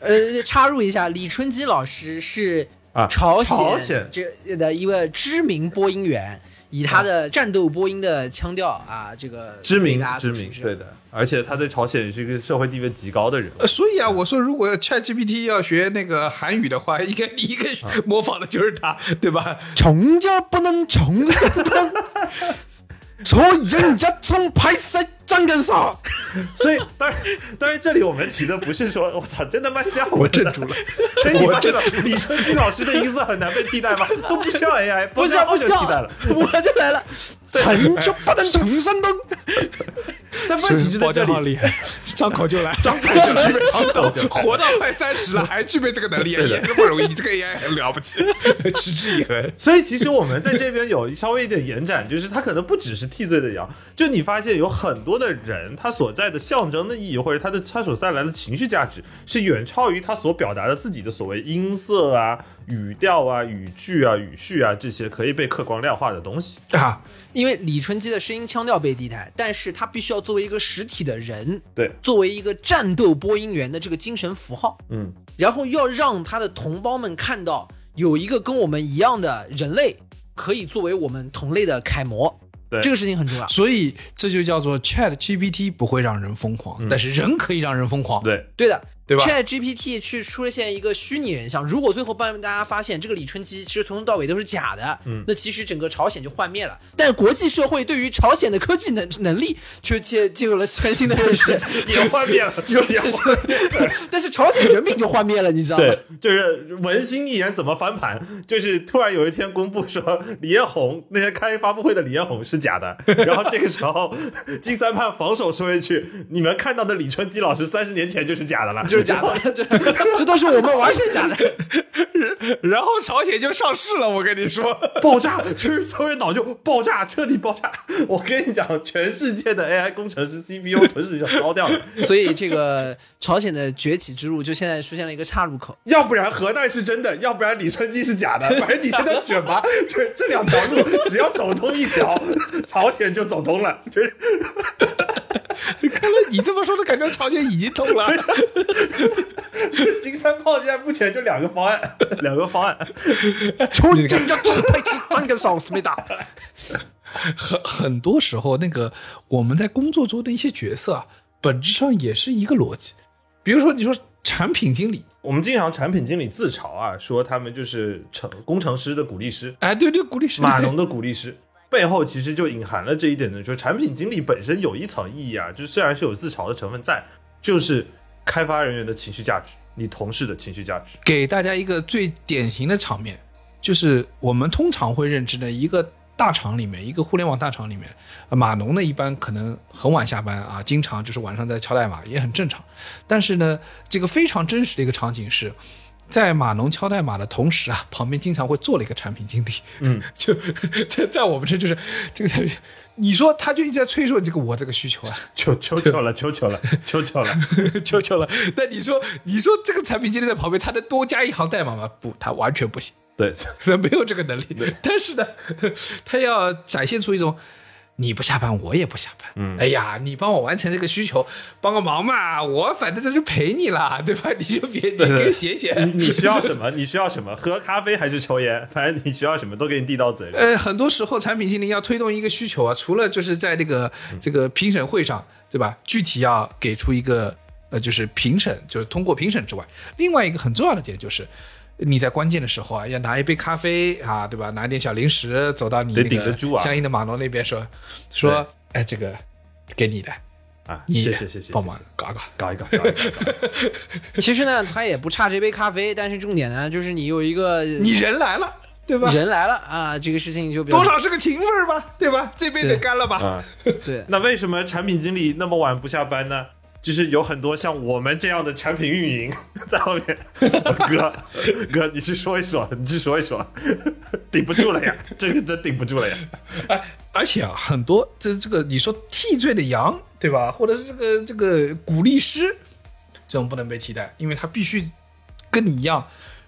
Speaker 5: 呃，插入一下，李春基老师是
Speaker 6: 啊
Speaker 5: 朝
Speaker 6: 朝鲜
Speaker 5: 这的一位知名播音员，以他的战斗播音的腔调啊，这个
Speaker 6: 啊知
Speaker 5: 为
Speaker 6: 名
Speaker 5: 大家
Speaker 6: 知
Speaker 5: 所
Speaker 6: 名
Speaker 5: 熟，知
Speaker 6: 对的，而且他在朝鲜也是一个社会地位极 高的人物。
Speaker 4: 呃，所以啊，我说如果 ChatGPT 要学那个韩语的话， 应该第一个模仿的就是他，对吧？
Speaker 5: 穷家不能穷三顿，从人家从排山张根少。
Speaker 6: 所以，当然，当然，这里我们提的不是说我操，真他妈像
Speaker 4: 我镇住了，
Speaker 6: 所以你发
Speaker 4: 我
Speaker 6: 现
Speaker 4: 镇
Speaker 6: 了李春基老师的音色很难被替代吗？都不需要 AI，
Speaker 5: 不像不
Speaker 6: 就替
Speaker 5: 像
Speaker 6: 代了。，
Speaker 5: 我就来了。穷家不能穷三顿，
Speaker 6: 但问题就在这里，
Speaker 4: 厉害， 张口就来，张口
Speaker 6: 就来张口就来
Speaker 4: 活到快三十 了还具备这个能力，
Speaker 6: 对的
Speaker 4: 也是不容易。你这个也很了不起， 持之以恒。
Speaker 6: 所以其实我们在这边有稍微一点延展，就是它可能不只是替罪的羊，就你发现有很多的人，他所在的象征的意义或者他的他所带来的情绪价值，是远超于他所表达的自己的所谓音色啊、语调啊、语句啊、语序啊这些可以被客观量化的东西。
Speaker 4: 啊，
Speaker 5: 因为李春基的声音腔调被替代，但是他必须要作为一个实体的人，
Speaker 6: 对，
Speaker 5: 作为一个战斗播音员的这个精神符号，
Speaker 6: 嗯，
Speaker 5: 然后要让他的同胞们看到有一个跟我们一样的人类可以作为我们同类的楷模，
Speaker 6: 对，
Speaker 5: 这个事情很重要。
Speaker 4: 所以这就叫做 Chat GPT 不会让人疯狂，但是人可以让人疯狂。，
Speaker 6: 对
Speaker 5: 对的，
Speaker 4: 嗯对吧
Speaker 5: ？Chat GPT 去出现一个虚拟人像，如果最后被大家发现这个李春基其实从头到尾都是假的，
Speaker 6: 嗯
Speaker 5: 那其实整个朝鲜就幻灭了。但国际社会对于朝鲜的科技能能力却进进入了全新的认 识，
Speaker 6: 也幻灭了，也幻灭了。
Speaker 5: 但是朝鲜人民就幻灭了，你知道吗
Speaker 6: 对？，就是文心一言怎么翻盘？就是突然有一天公布说李彦宏那天开发布会的李彦宏是假 的，然后这个时候金三胖防守说一句：“你们看到的李春基老师三十年前就是假的了，就是
Speaker 5: 假的， 这 这都是我们玩剩下的。
Speaker 4: 然后朝鲜就上市了，我跟你说，
Speaker 6: 爆炸，就是所有人脑就爆炸，彻底爆炸。 我跟你讲，全世界的 AI 工程师 CPU 存储已经烧掉 了，
Speaker 5: 所以这个朝鲜的崛起之路就现在出现了一个岔路口。
Speaker 6: 要不然核弹是真的，要不然李春基是假 的，反正你现在选吧。这这两条路，只要走通一条， 朝鲜就走通了。就是。
Speaker 4: 看来你这么说的感觉朝鲜已经通了。
Speaker 6: 金三炮现在目前就 两个方案，两个方案。
Speaker 5: 啊重庆要准备吃张根少思密达。
Speaker 4: 很很多时候，那个我们在工作中的一些角色啊，本质上也是一个逻辑。比如说，你说产品经理，
Speaker 6: 我们经常产品经理自嘲啊，说他们就是成工程师的鼓励师，
Speaker 4: 哎，对对，鼓励是
Speaker 6: 码农的鼓励师，背后其实就隐含了这一点的，说产品经理本身有一层意义啊，就虽然是有自嘲的成分在，就是开发人员的情绪价值，你同事的情绪价值。
Speaker 4: 给大家一个最典型的场面，就是我们通常会认知的一个大厂里面，一个互联网大厂里面，呃码农呢一般可能很晚下班啊，经常就是晚上在敲代码，也很正常。但是呢，这个非常真实的一个场景是。在码农敲代码的同时啊，旁边经常会坐了一个产品经理，
Speaker 6: 嗯，
Speaker 4: 就在在我们这就是这个产品，你说他就一直在催说这个我这个需求啊，
Speaker 6: 求求求了，求求了，求求了！
Speaker 4: 求求了。但你说，你说这个产品经理在旁边，他能多加一行代码吗？不，他完全不行，
Speaker 6: 对，
Speaker 4: 他没有这个能力。但是呢，他要展现出一种。你不下班，我也不下班。嗯，哎呀，你帮我完成这个需求，帮个忙嘛，我反正在这陪你啦，对吧？你就别，你给写写。
Speaker 6: 你你 需要什么？你需要什么？喝咖啡还是抽烟？反正你需要什么都给你递到嘴里。
Speaker 4: 呃，很多时候产品经理要推动一个需求啊，除了就是在这个
Speaker 6: 嗯
Speaker 4: 这个评审会上，对吧？具体要给出一个呃，就是评审，就是通过评审之外，另外一个很重要的点就是。你在关键的时候啊，要拿一杯咖啡啊，对吧？拿点小零食，走到你
Speaker 6: 得
Speaker 4: 那
Speaker 6: 顶得
Speaker 4: 个
Speaker 6: 住啊
Speaker 4: 相应的码农那边说说，哎，这个给你的，
Speaker 6: 啊，
Speaker 4: 你
Speaker 6: 谢谢谢谢，
Speaker 4: 帮忙
Speaker 6: 谢谢
Speaker 4: 搞搞。
Speaker 6: 搞一搞，搞一搞。
Speaker 5: 其实呢，他也不差这杯咖啡，但是重点呢，就是你有一个
Speaker 4: 你人来了，对吧？
Speaker 5: 人来了啊，这个事情就比较
Speaker 4: 多少是个情分儿吧，对吧？这杯得
Speaker 5: 对
Speaker 4: 干了吧？
Speaker 6: 啊，
Speaker 5: 对。
Speaker 6: 那为什么产品经理那么晚不下班呢？就是有很多像我们这样的产品运营 在后面，哥哥，你去说一说，你去说一说， 顶不住了呀，这个真顶不住了呀。
Speaker 4: 哎，而且啊，很多这这个你说替罪的羊，对吧？或者是这个这个鼓励师，这种不能被替代，因为他必须跟你一样，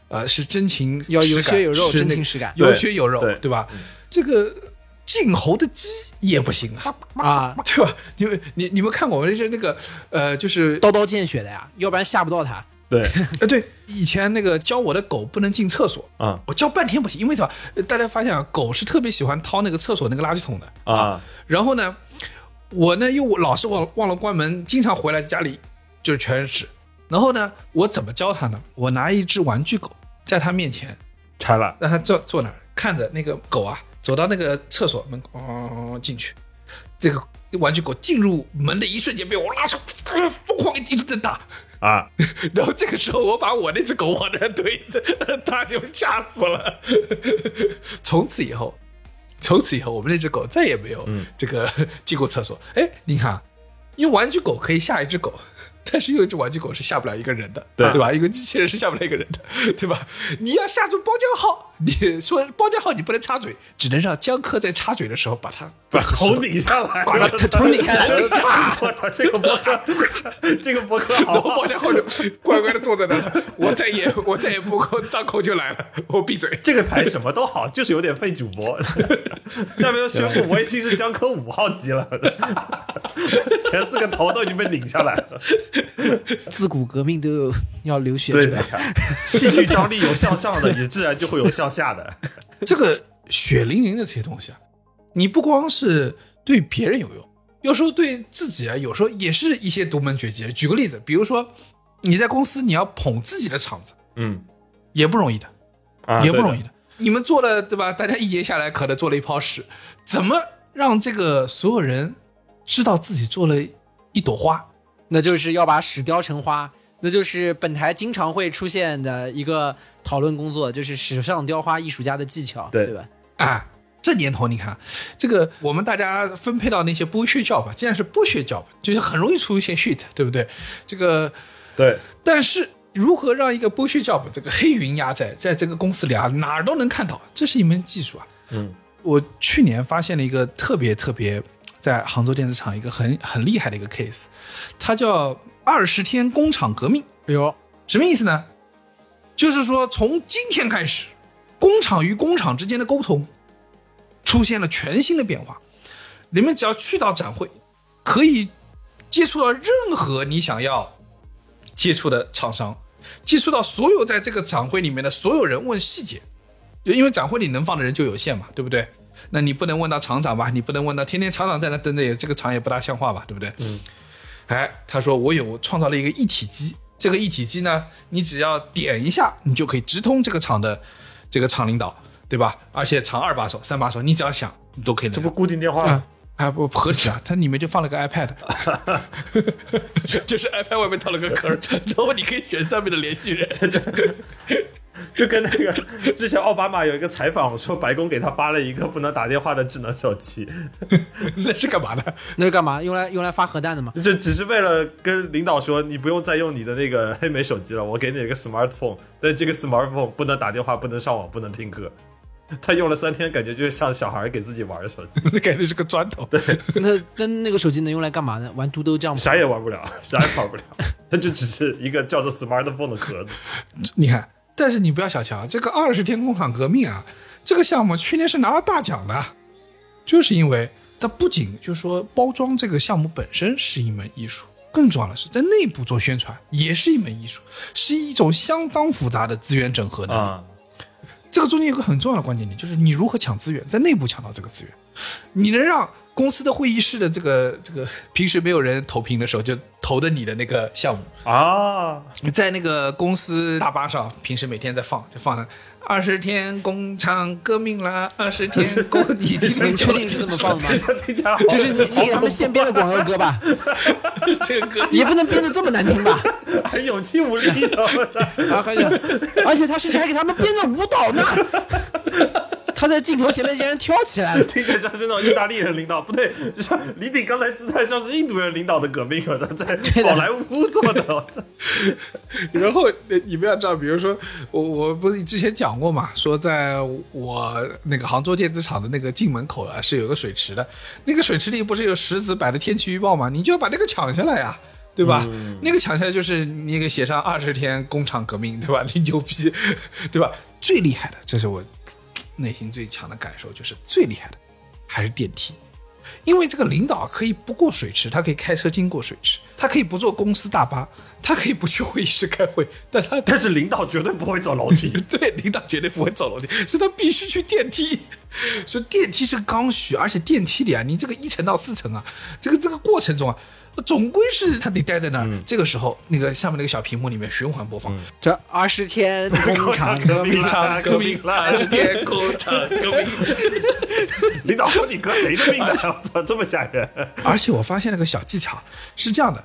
Speaker 4: 呃，是真情
Speaker 5: 要有
Speaker 4: 实感
Speaker 5: 血有肉
Speaker 4: 是那
Speaker 5: 真情实感嗯
Speaker 4: 有血有肉，
Speaker 6: 对
Speaker 4: 对
Speaker 6: 对
Speaker 4: 吧？这个晋侯的鸡也不行啊，
Speaker 5: 啊，
Speaker 4: 对吧？你们你你们看我们是那个呃，就是
Speaker 5: 刀刀见血的呀，要不然吓不到他。
Speaker 6: 对，
Speaker 4: 呃，对，以前那个教我的狗不能进厕所。
Speaker 6: 啊
Speaker 4: 我叫半天不行，因为什么？呃大家发现啊，狗是特别喜欢掏那个厕所那个垃圾桶的，
Speaker 6: 啊，
Speaker 4: 然后呢，我呢又老是忘忘了关门，经常回来家里就是全是纸。然后呢，我怎么教他呢？我拿一只玩具狗在他面前，
Speaker 6: 拆了，
Speaker 4: 让他坐坐那儿，看着那个狗啊走到那个厕所门口、哦、进去，这个玩具狗进入门的一瞬间被我拉出，呃疯狂一顿打。
Speaker 6: 啊，
Speaker 4: 然后这个时候，我把我那只狗往那儿推，它就吓死了。 从此以后，从此以后，我们那只狗再也没有这个进过厕所。哎，你看啊，因为玩具狗可以吓一只狗， 但是有一只玩具狗是吓不了一个人的，
Speaker 6: 对
Speaker 4: 对吧？一个机器人是吓不了一个人的，对吧？你要吓住包浆号，你说包浆号你不能插嘴，只能让江科在插嘴的时候把它
Speaker 6: 把头顶下来了，
Speaker 5: 头顶下来了
Speaker 6: 我操，这个博客， 这个博客
Speaker 4: 然
Speaker 6: 好
Speaker 4: 后包
Speaker 6: 好，
Speaker 4: 浆号就乖乖的坐在那儿，我再也我再也不张口就来了，我闭嘴。
Speaker 6: 这个台什么都好，就是有点费主 播。下面又宣布我已经是江科五号机 了，前四个头都已经被拧下来了。
Speaker 5: 自古革命都有 要流血，
Speaker 6: 对
Speaker 5: 是
Speaker 6: 的
Speaker 5: 吧？
Speaker 6: 呀，戏剧张力有向上的，也自然就会有向下的。
Speaker 4: 这个血淋淋的这些东西啊，你不光是对别人有用，有时候对自己啊，有时候也是一些独门绝技。举个例子，比如说你在公司你要捧自己的场子，
Speaker 6: 嗯，
Speaker 4: 也不容易的，
Speaker 6: 啊
Speaker 4: 也不容易
Speaker 6: 易。
Speaker 4: 的。你们做了对吧？大家一年下来可能做了一泡屎，怎么让这个所有人知道自己做了一朵花？
Speaker 5: 那就是要把屎雕成花，那就是本台经常会出现的一个讨论工作，就是史上雕花艺术家的技巧，
Speaker 6: 对
Speaker 5: 对吧？
Speaker 4: 啊，这年头你看，这个我们大家分配到那些剥削 job，既然是剥削 job，就是很容易出现 shit，对不对？这个，
Speaker 6: 对，
Speaker 4: 但是如何让一个剥削 job 这个黑云压寨，在这个公司里啊，哪儿都能看到，这是一门技术啊。
Speaker 6: 嗯，
Speaker 4: 我去年发现了一个特别特别在杭州电子厂一个很很厉害的一个 case，它叫二十天工厂革命。
Speaker 5: 哎呦，
Speaker 4: 什么意思呢？就是说从今天开始，工厂与工厂之间的沟通出现了全新的变化。你们只要去到展会，可以接触到任何你想要接触的厂商，接触到所有在这个展会里面的所有人问细节，因为展会里能放的人就有限嘛，对不对？那你不能问到厂长吧？你不能问到天天厂长在那等着也，这个厂也不大像话吧，对不对？嗯。哎，他说我有创造了一个一体机，这个一体机呢，你只要点一下，你就可以直通这个厂的这个厂领导，对吧？而且厂二把手、三把手，你只要想，你都可以连。
Speaker 6: 这不固定电话
Speaker 4: 啊
Speaker 6: 吗？，
Speaker 4: 还不不合适啊，它里面就放了个 iPad，就是 iPad 外面套了个壳儿，然后你可以选上面的联系人。
Speaker 6: 就跟那个之前奥巴马有一个采访说，白宫给他发了一个不能打电话的智能手机，
Speaker 4: 那是干嘛的？
Speaker 5: 那是干嘛？用来用来发核弹的吗？
Speaker 6: 这只是为了跟领导说，你不用再用你的那个黑莓手机了，我给你一个 smartphone，但这个 smartphone 不能打电话，不能上网，不能听歌。他用了三天，感觉就是像小孩给自己玩的手机，
Speaker 4: 那感觉是个砖头。
Speaker 5: 那那那个手机能用来干嘛呢？玩嘟嘟酱吗？
Speaker 6: 啥也玩不了，啥也玩不了，他就只是一个叫做 smartphone 的壳子。
Speaker 4: 你看，但是你不要小瞧啊这个二十天工厂革命啊，这个项目去年是拿了大奖的，就是因为它不仅就是说包装这个项目本身是一门艺术，更重要的是在内部做宣传也是一门艺术，是一种相当复杂的资源整合能力。
Speaker 6: 啊、
Speaker 4: 这个中间有个很重要的关键点，就是你如何抢资源，在内部抢到这个资源，你能让公司的会议室的这个这个平时没有人投屏的时候，就投的你的那个项目，
Speaker 6: 啊！
Speaker 4: 在那个公司大巴上，平时每天在放，就放了二十天工厂革命啦，二十天 工，你听
Speaker 5: 你确 定是这么放的吗？
Speaker 6: 这听起来好
Speaker 5: 就是你你给他们现编的广告歌吧，
Speaker 4: 这个歌，
Speaker 5: 也不能编的这么难听吧？
Speaker 6: 还有气无力的，
Speaker 5: 啊，还有，而且他甚至还给他们编了舞蹈呢。他在镜头前面竟然跳起来了，
Speaker 6: 听起来像是那种意大利人领导，不对，像李鼎刚才姿态像是印度人领导的革命，他在宝莱坞做的。 我操
Speaker 4: 然后呃你们要知道，比如说我我不是之前讲过嘛，说在我那个杭州电子厂的那个进门口啊，是有个水池的，那个水池里不是有石子摆的天气预报嘛，你就要把那个抢下来呀、对吧？那个抢下来就是你给写上二十天工厂革命，对吧？你牛逼，对吧？最厉害的，这是我内心最强的感受，就是最厉害的还是电梯。因为这个领导可以不过水池，他可以开车经过水池，他可以不坐公司大巴，他可以不去会议室开会，但他
Speaker 6: 但是领导绝对不会走楼梯。
Speaker 4: 对领导绝对不会走楼梯，所以他必须去电梯。所以电梯是刚需，而且电梯里啊，你这个一层到四层啊，这个这个过程中啊，总归是他得待在那儿。这个时候，那个下面那个小屏幕里面循环播放。
Speaker 5: 这二十天工厂革命，
Speaker 6: 啦
Speaker 4: 革命了二十天，工厂革命。
Speaker 6: 领导说你革谁的命呢？我操，这么吓人！
Speaker 4: 而且我发现了个小技巧，是这样的，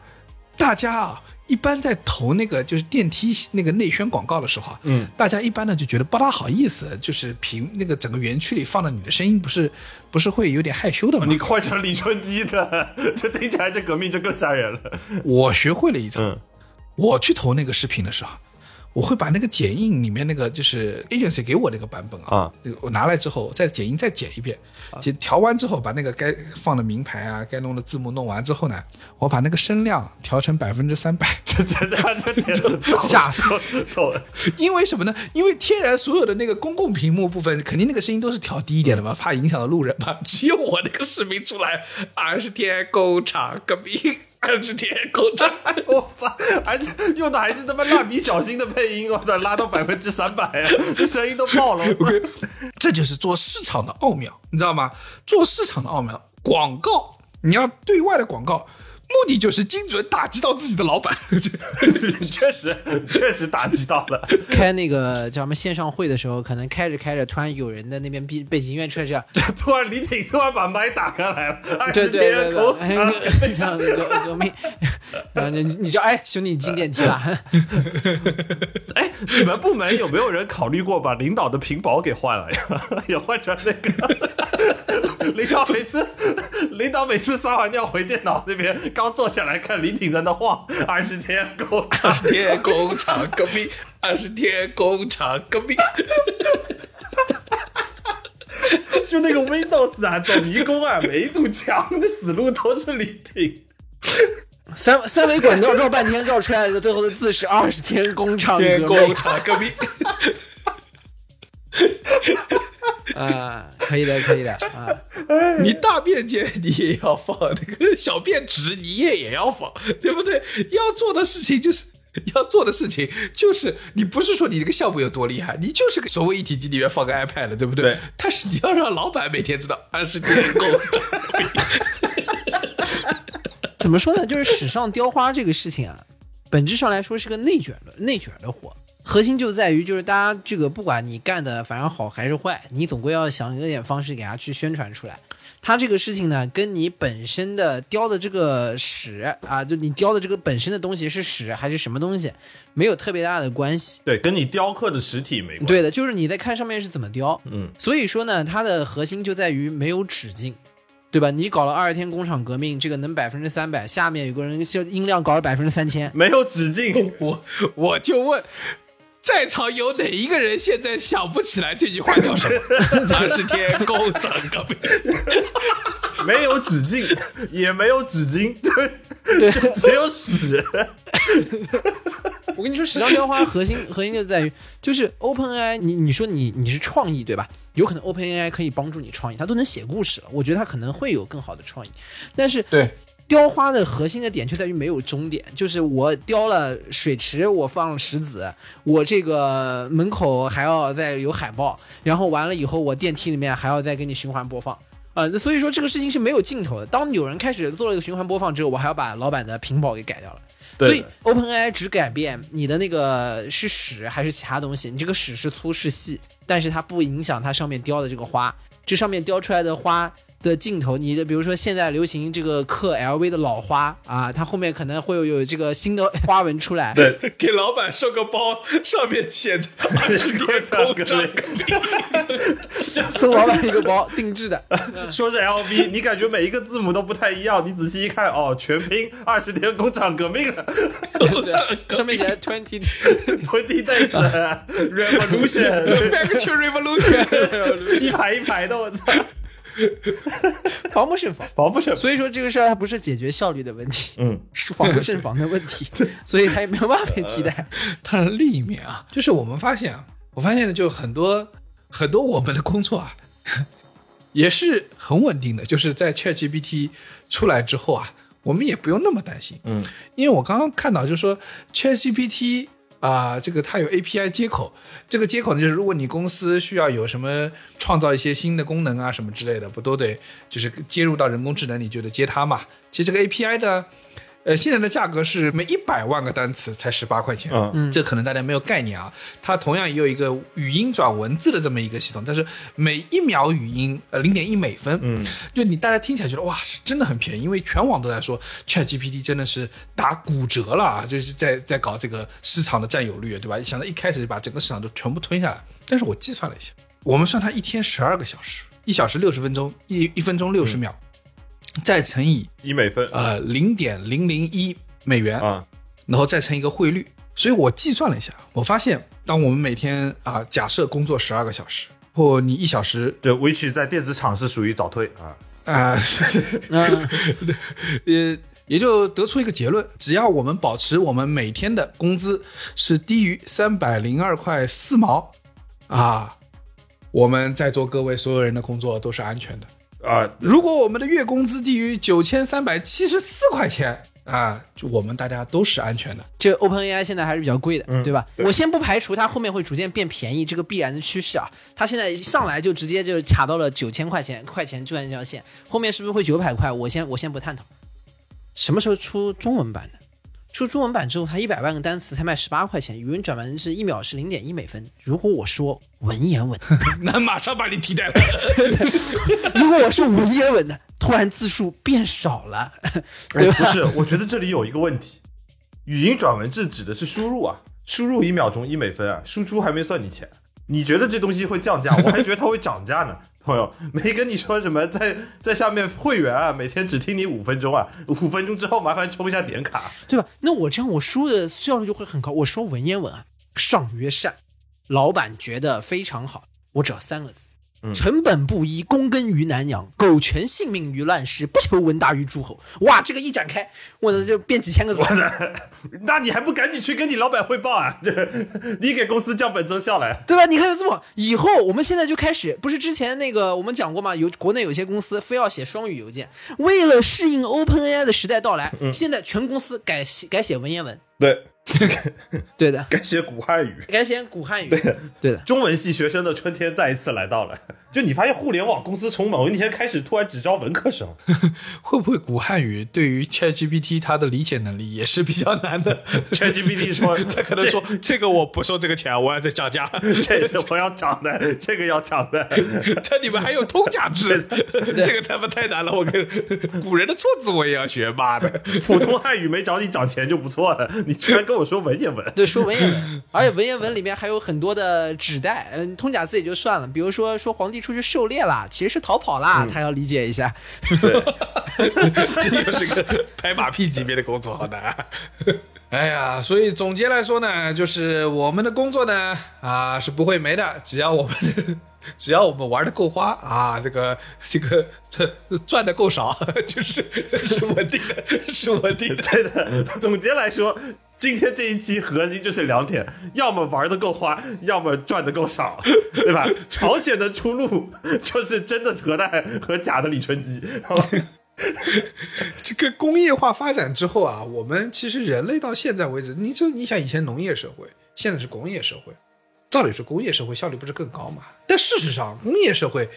Speaker 4: 大家啊，一般在投那个就是电梯那个内宣广告的时候啊，嗯，大家一般呢就觉得不大好意思，就是屏那个整个园区里放了你的声音，不是不是会有点害羞的吗？
Speaker 6: 哦你换成李春基的，这听起来这革命就更吓人了。
Speaker 4: 我学会了一招，
Speaker 6: 嗯
Speaker 4: 我去投那个视频的时候，我会把那个剪映里面那个就是 agency 给我那个版本啊，
Speaker 6: 啊
Speaker 4: 这个我拿来之后再剪映再剪一遍，剪调完之后把那个该放的名牌啊，该弄的字幕弄完之后呢，我把那个声量调成百分之三百，
Speaker 6: 这这这这
Speaker 4: 吓死
Speaker 6: 走！
Speaker 4: 因为什么呢？因为天然所有的那个公共屏幕部分，肯定那个声音都是调低一点的
Speaker 6: 嗯
Speaker 4: 嘛，怕影响到路人嘛。只有我那个视频出来，二十天工厂革命，二十天工 厂。
Speaker 6: 哎我操！而且用的还是他妈蜡笔小新的配音，我操，拉到百分之三百，这声音都爆了。
Speaker 4: 这就是做市场的奥妙，你知道吗？做市场的奥妙，广告你要对外的广告，目的就是精准打击到自己的老板。
Speaker 6: 确实，确实打击到了。
Speaker 5: 开那个叫什么线上会的时候，可能开着开着，突然有人在那边背背景音乐出来，这样，
Speaker 6: 突然李挺突然把麦打开来了，二
Speaker 5: 对
Speaker 6: 十
Speaker 5: 对对
Speaker 6: 天
Speaker 5: 对
Speaker 6: 口
Speaker 5: 哎
Speaker 6: 长，
Speaker 5: 这样革革命，然后你你就哎兄弟你进电梯了，
Speaker 6: 哎，你们部门有没有人考虑过把领导的屏保给换了呀？ 也换成那个领导每次领导每次撒完尿回电脑那边，刚坐下来看李挺在那晃，二十天够
Speaker 4: 二
Speaker 6: 长。
Speaker 4: 十天工厂革命，二十天工厂革命。
Speaker 6: 就那个 Windows 啊，走迷宫啊，每一堵墙的死路都是李挺。
Speaker 5: 三三维滚绕绕半天绕出来的最后的字是二十天工厂革
Speaker 4: 天
Speaker 5: 命
Speaker 4: 工厂革命，
Speaker 5: 啊，可以的可以的啊，
Speaker 4: 你大便间你也要放，那个小便池你也也要放，对不对？要做的事情就是要做的事情就是，你不是说你这个项目有多厉害，你就是个所谓一体机里面放个 iPad 的，对不对？
Speaker 6: 对
Speaker 4: 但是你要让老板每天知道二十天够涨。
Speaker 5: 怎么说呢？就是史上雕花这个事情啊，本质上来说是个内卷的内卷的活，核心就在于就是大家这个不管你干的反正好还是坏，你总归要想有点方式给它去宣传出来。它这个事情呢，跟你本身的雕的这个屎啊，就你雕的这个本身的东西是屎还是什么东西，没有特别大的关系。
Speaker 6: 对，跟你雕刻的实体没关系。
Speaker 5: 对的，就是你在看上面是怎么雕。
Speaker 6: 嗯，
Speaker 5: 所以说呢，它的核心就在于没有止境，对吧？你搞了二十天工厂革命，这个能百分之三百，下面有个人就音量搞了百分之三千，
Speaker 6: 没有止境，
Speaker 4: 我我就问，在场有哪一个人现在想不起来这句话叫什 么？二十天够涨个屁！
Speaker 6: 没有止境，也没有纸巾，对，对只有屎。
Speaker 5: 我跟你说，史上雕花核心核心就在于，就是 OpenAI，你你说你你是创意对吧？有可能 OpenAI 可以帮助你创意，它都能写故事了，我觉得它可能会有更好的创意。但是
Speaker 4: 对
Speaker 5: 雕花的核心的点就在于没有终点，就是我雕了水池，我放了石子，我这个门口还要再有海报，然后完了以后我电梯里面还要再给你循环播放。啊、那所以说这个事情是没有尽头的。当有人开始做了一个循环播放之后，我还要把老板的屏保给改掉了。
Speaker 6: 对
Speaker 5: 所以 OpenAI 只改变你的那个是屎还是其他东西，你这个屎是粗是细，但是它不影响它上面雕的这个花。这上面雕出来的花的镜头，你的比如说现在流行这个刻 LV 的老花啊，它后面可能会有有这个新的花纹出来。
Speaker 6: 对，
Speaker 4: 给老板收个包，上面写着二十天够涨个屁。
Speaker 5: 送老板一个包，定制的。
Speaker 6: 说是 LV，你感觉每一个字母都不太一样，你仔细一看，哦，全拼二十天工厂革命了
Speaker 5: 对，上面写 twenty。
Speaker 6: ，twenty days revolution，
Speaker 4: Back to revolution，
Speaker 6: 一排一排的，我操，
Speaker 5: 防不胜防。
Speaker 6: 防不胜防。
Speaker 5: 所以说这个事儿它不是解决效率的问题，
Speaker 6: 嗯，
Speaker 5: 是防不胜防的问 题，所以它也没有办法被替代。
Speaker 4: 当然，另一面啊，就是我们发现啊，我发现呢，就很多很多我们的工作啊， 也是很稳定的。就是在 ChatGPT 出来之后啊，我们也不用那么担心。
Speaker 6: 嗯，
Speaker 4: 因为我刚刚看到，就是说 ChatGPT 啊、这个它有 API 接口，这个接口呢，就是如果你公司需要有什么创造一些新的功能啊什么之类的，不都得就是接入到人工智能里，就得接它嘛。其实这个 API 的。呃，现在的价格是每一百万个单词才十八块钱，
Speaker 6: 嗯
Speaker 4: 这可能大家没有概念啊。它同样也有一个语音转文字的这么一个系统，但是每一秒语音呃零点一美分，
Speaker 6: 嗯，
Speaker 4: 就你大家听起来觉得哇，是真的很便宜，因为全网都在说 ChatGPT 真的是打骨折了，啊，就是在在搞这个市场的占有率，对吧？想到一开始就把整个市场都全部吞下来，但是我计算了一下，我们算它一天十二个小时，一小时六十分钟，一一分钟六十秒，
Speaker 6: 嗯
Speaker 4: 再乘以
Speaker 6: 一美分
Speaker 5: 啊
Speaker 4: 呃零点零零一美元，
Speaker 6: 啊，
Speaker 4: 然后再乘一个汇率。所以我计算了一下，我发现，当我们每天啊、假设工作十二个小时，或你一小时
Speaker 6: 对，which 在电子厂是属于早退啊，
Speaker 4: 啊、
Speaker 5: 嗯，
Speaker 4: 呃，也就得出一个结论：只要我们保持我们每天的工资是低于三百零二块四毛，啊，我们在座各位所有人的工作都是安全的。
Speaker 6: 啊，
Speaker 4: 如果我们的月工资低于九千三百七十四块钱，啊，就我们大家都是安全的。
Speaker 5: 这 OpenAI 现在还是比较贵的，
Speaker 6: 嗯
Speaker 5: 对吧？我先不排除它后面会逐渐变便宜，这个必然的趋势啊。它现在一上来就直接就卡到了九千块钱，块钱就按这条线，后面是不是会九百块？我先我先不探讨。什么时候出中文版的？出中文版之后，它一百万个单词才卖十八块钱，语文转文是一秒是零点一美分。如果我说文言文，
Speaker 4: 那马上把你替代了。
Speaker 5: 如果我是文言文的，突然字数变少了， 对吧？
Speaker 6: 不是，我觉得这里有一个问题，语音转文字指的是输入啊，输入一秒钟一美分啊，输出还没算你钱。你觉得这东西会降 价，我还觉得它会涨价呢，朋友。没跟你说什么，在在下面会员啊，每天只听你五分钟啊，五分钟之后麻烦充一下点卡。
Speaker 5: 对吧？那我这样我输的效率就会很高。我说文言文啊，上曰善，老板觉得非常好，我只要三个字。成本不一，躬耕于南阳；苟全性命于乱世，不求闻达于诸侯。哇，这个一展开，我的就变几千个字。
Speaker 6: 那你还不赶紧去跟你老板汇报啊？ 这你给公司降本增效来。
Speaker 5: 对吧？你看有这么，以后我们现在就开始，不是之前那个我们讲过吗？有国内有些公司非要写双语邮件，为了适应 OpenAI 的时代到来，现在全公司改写改写文言文。
Speaker 6: 对，
Speaker 5: 对的，
Speaker 6: 改写古汉语。
Speaker 5: 该先古汉语，对的，
Speaker 6: 中文系学生的春天再一次来到了。就你发现互联网公司从某一天开始突然只招文科生，
Speaker 4: 会不会古汉语对于 ChatGPT 它的理解能力也是比较难的
Speaker 6: ChatGPT 说
Speaker 4: 他可能说这个我不收这个钱，我要再涨价。
Speaker 6: 这次我要涨的，这个要涨的。
Speaker 4: 但你们还有通假字，这个他们太难了。我跟古人的错字我也要学，妈的！
Speaker 6: 普通汉语没找你涨钱就不错了，你居然跟我说文言文。
Speaker 5: 对，说文言文，而且文言文里面还有很多的指代，嗯，通假字也就算了，比如说说皇帝出去狩猎啦，其实是逃跑啦，他要理解一下。
Speaker 6: 对，
Speaker 4: 这又是个拍马屁级别的工作，好难、啊。哎呀，所以总结来说呢，就是我们的工作呢，啊是不会没的， 只要我们只要我们玩的够花啊，这个这个这赚的够少， 就是是稳定的，是稳定的。
Speaker 6: 对的。总结来说，今天这一期核心就是两点：要么玩的够花，要么赚的够少，对吧？朝鲜的出路就是真的核弹和假的李春基。好吧
Speaker 4: 这个工业化发展之后啊，我们其实人类到现在为止，你就你想以前农业社会，现在是工业社会，照理说工业社会效率不是更高嘛？但事实上，工业社会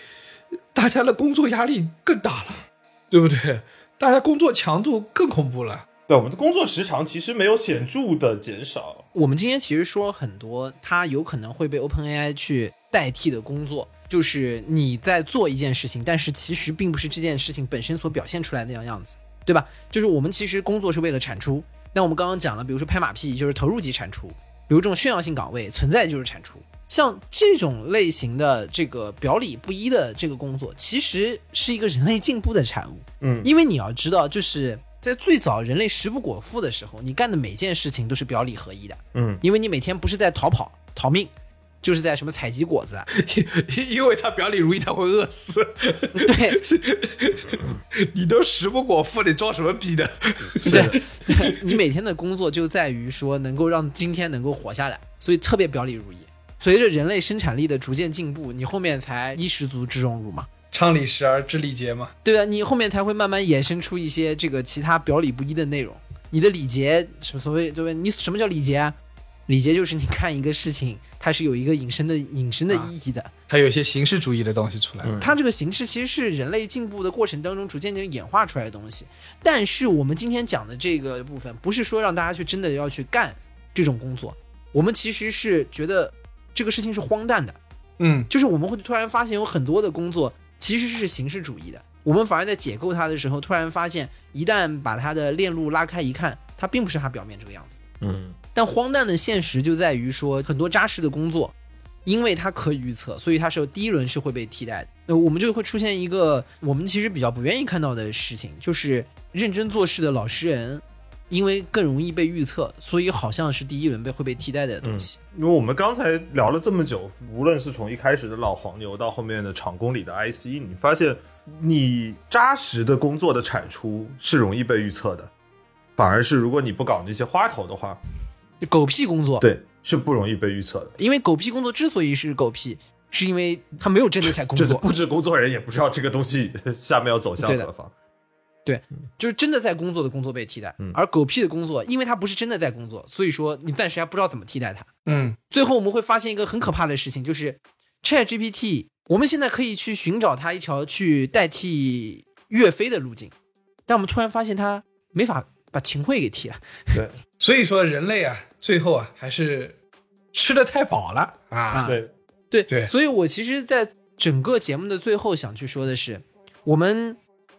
Speaker 4: 大家的工作压力更大了， 对不对？大家工作强度更恐怖了。
Speaker 6: 对，我们的工作时长其实没有显著的减少。
Speaker 5: 我们今天其实说很多，它有可能会被 OpenAI 去代替的工作，就是你在做一件事情，但是其实并不是这件事情本身所表现出来那样样子，对吧？就是我们其实工作是为了产出。那我们刚刚讲了，比如说拍马屁就是投入即产出，比如这种炫耀性岗位存在就是产出。像这种类型的这个表里不一的这个工作，其实是一个人类进步的产物。
Speaker 6: 嗯
Speaker 5: 因为你要知道，就是在最早人类食不果腹的时候，你干的每件事情都是表里合一的，
Speaker 6: 嗯，
Speaker 5: 因为你每天不是在逃跑逃命，就是在什么采集果子啊，
Speaker 4: 因因为他表里如一，他会饿死。
Speaker 5: 对，
Speaker 4: 你都食不果腹，你装什么逼呢？
Speaker 5: 对，对你每天的工作就在于说能够让今天能够活下来，所以特别表里如一。随着人类生产力的逐渐进步，你后面才衣食足知荣辱嘛，
Speaker 4: 常理时而知礼节嘛。
Speaker 5: 对啊，你后面才会慢慢衍生出一些这个其他表里不一的内容。你的礼节，什么所谓对不对？你什么叫礼节啊？礼节就是你看一个事情，它是有一个引申的引申的意义的。
Speaker 4: 还有一些形式主义的东西出来。
Speaker 6: 嗯
Speaker 5: 它这个形式其实是人类进步的过程当中逐渐的演化出来的东西。但是我们今天讲的这个部分，不是说让大家去真的要去干这种工作，我们其实是觉得这个事情是荒诞的，
Speaker 4: 嗯，
Speaker 5: 就是我们会突然发现有很多的工作其实是形式主义的。我们反而在解构它的时候，突然发现一旦把它的链路拉开一看，它并不是它表面这个样子。
Speaker 6: 嗯，
Speaker 5: 但荒诞的现实就在于说，很多扎实的工作，因为它可以预测，所以它是有第一轮是会被替代的。那我们就会出现一个我们其实比较不愿意看到的事情，就是认真做事的老实人，因为更容易被预测，所以好像是第一轮被会被替代的东西。
Speaker 6: 因为我们刚才聊了这么久，无论是从一开始的老黄牛到后面的厂工里的 IC，你发现你扎实的工作的产出是容易被预测的，反而是如果你不搞那些花头的话，
Speaker 5: 狗屁工作，
Speaker 6: 对，是不容易被预测的。
Speaker 5: 因为狗屁工作之所以是狗屁，是因为他没有真的在工
Speaker 6: 就是
Speaker 5: 作，
Speaker 6: 布置工作人也不知道这个东西下面要走向
Speaker 5: 对的
Speaker 6: 何方。
Speaker 5: 就是真的在工作的工作被替代
Speaker 6: 嗯，
Speaker 5: 而狗屁的工作，因为他不是真的在工作，所以说你暂时还不知道怎么替代他。
Speaker 4: 嗯，
Speaker 5: 最后我们会发现一个很可怕的事情，就是 Chat GPT，我们现在可以去寻找它一条去代替岳飞的路径，但我们突然发现它没法把秦桧给替了。
Speaker 4: 所以说人类啊，最后啊还是吃的太饱了啊。
Speaker 5: 啊
Speaker 6: 对，
Speaker 5: 对
Speaker 4: 对
Speaker 5: 所以我其实，在整个节目的最后想去说的是，我们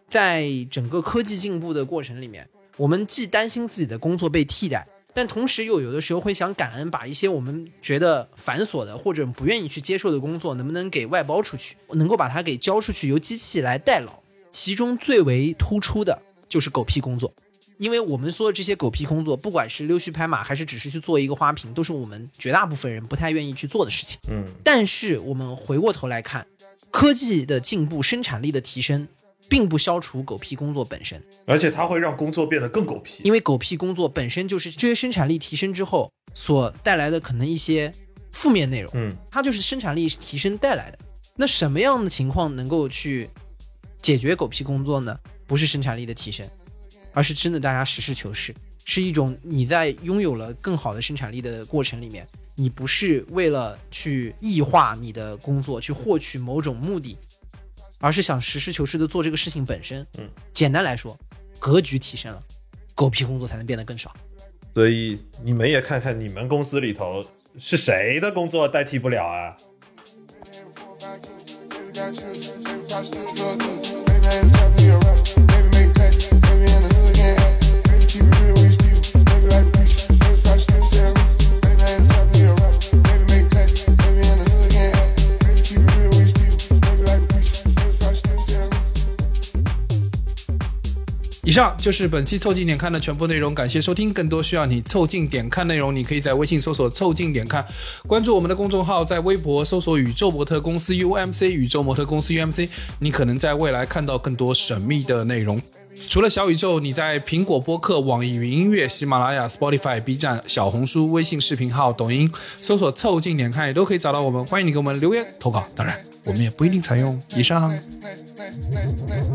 Speaker 5: 在整个科技进步的过程里面，我们既担心自己的工作被替代，但同时又有的时候会想感恩，把一些我们觉得繁琐的或者不愿意去接受的工作，能不能给外包出去，能够把它给交出去，由机器来代劳。其中最为突出的就是狗屁工作。因为我们说的这些狗屁工作，不管是溜须拍马，还是只是去做一个花瓶，都是我们绝大部分人不太愿意去做的事情。
Speaker 6: 嗯，
Speaker 5: 但是我们回过头来看，科技的进步、生产力的提升，并不消除狗屁工作本身，
Speaker 6: 而且它会让工作变得更狗屁。
Speaker 5: 因为狗屁工作本身就是这些生产力提升之后所带来的可能一些负面内容，
Speaker 6: 嗯，
Speaker 5: 它就是生产力提升带来的。那什么样的情况能够去解决狗屁工作呢？不是生产力的提升，而是真的大家实事求是，是一种你在拥有了更好的生产力的过程里面，你不是为了去异化你的工作，去获取某种目的，而是想实事求是的做这个事情本身。
Speaker 6: 嗯，
Speaker 5: 简单来说，格局提升了，狗屁工作才能变得更少。
Speaker 6: 所以你们也看看你们公司里头是谁的工作代替不了啊？
Speaker 4: 以上就是本期凑近点看的全部内容，感谢收听。更多需要你凑近点看内容，你可以在微信搜索“凑近点看”，关注我们的公众号，在微博搜索“宇宙模特公司 UMC”，宇宙模特公司 UMC，你可能在未来看到更多神秘的内容。除了小宇宙，你在苹果播客、网易云音乐、喜马拉雅、Spotify、B 站、小红书、微信视频号、抖音搜索“凑近点看”也都可以找到我们。欢迎你给我们留言投稿，当然我们也不一定采用。以上。
Speaker 7: nice, nice, nice.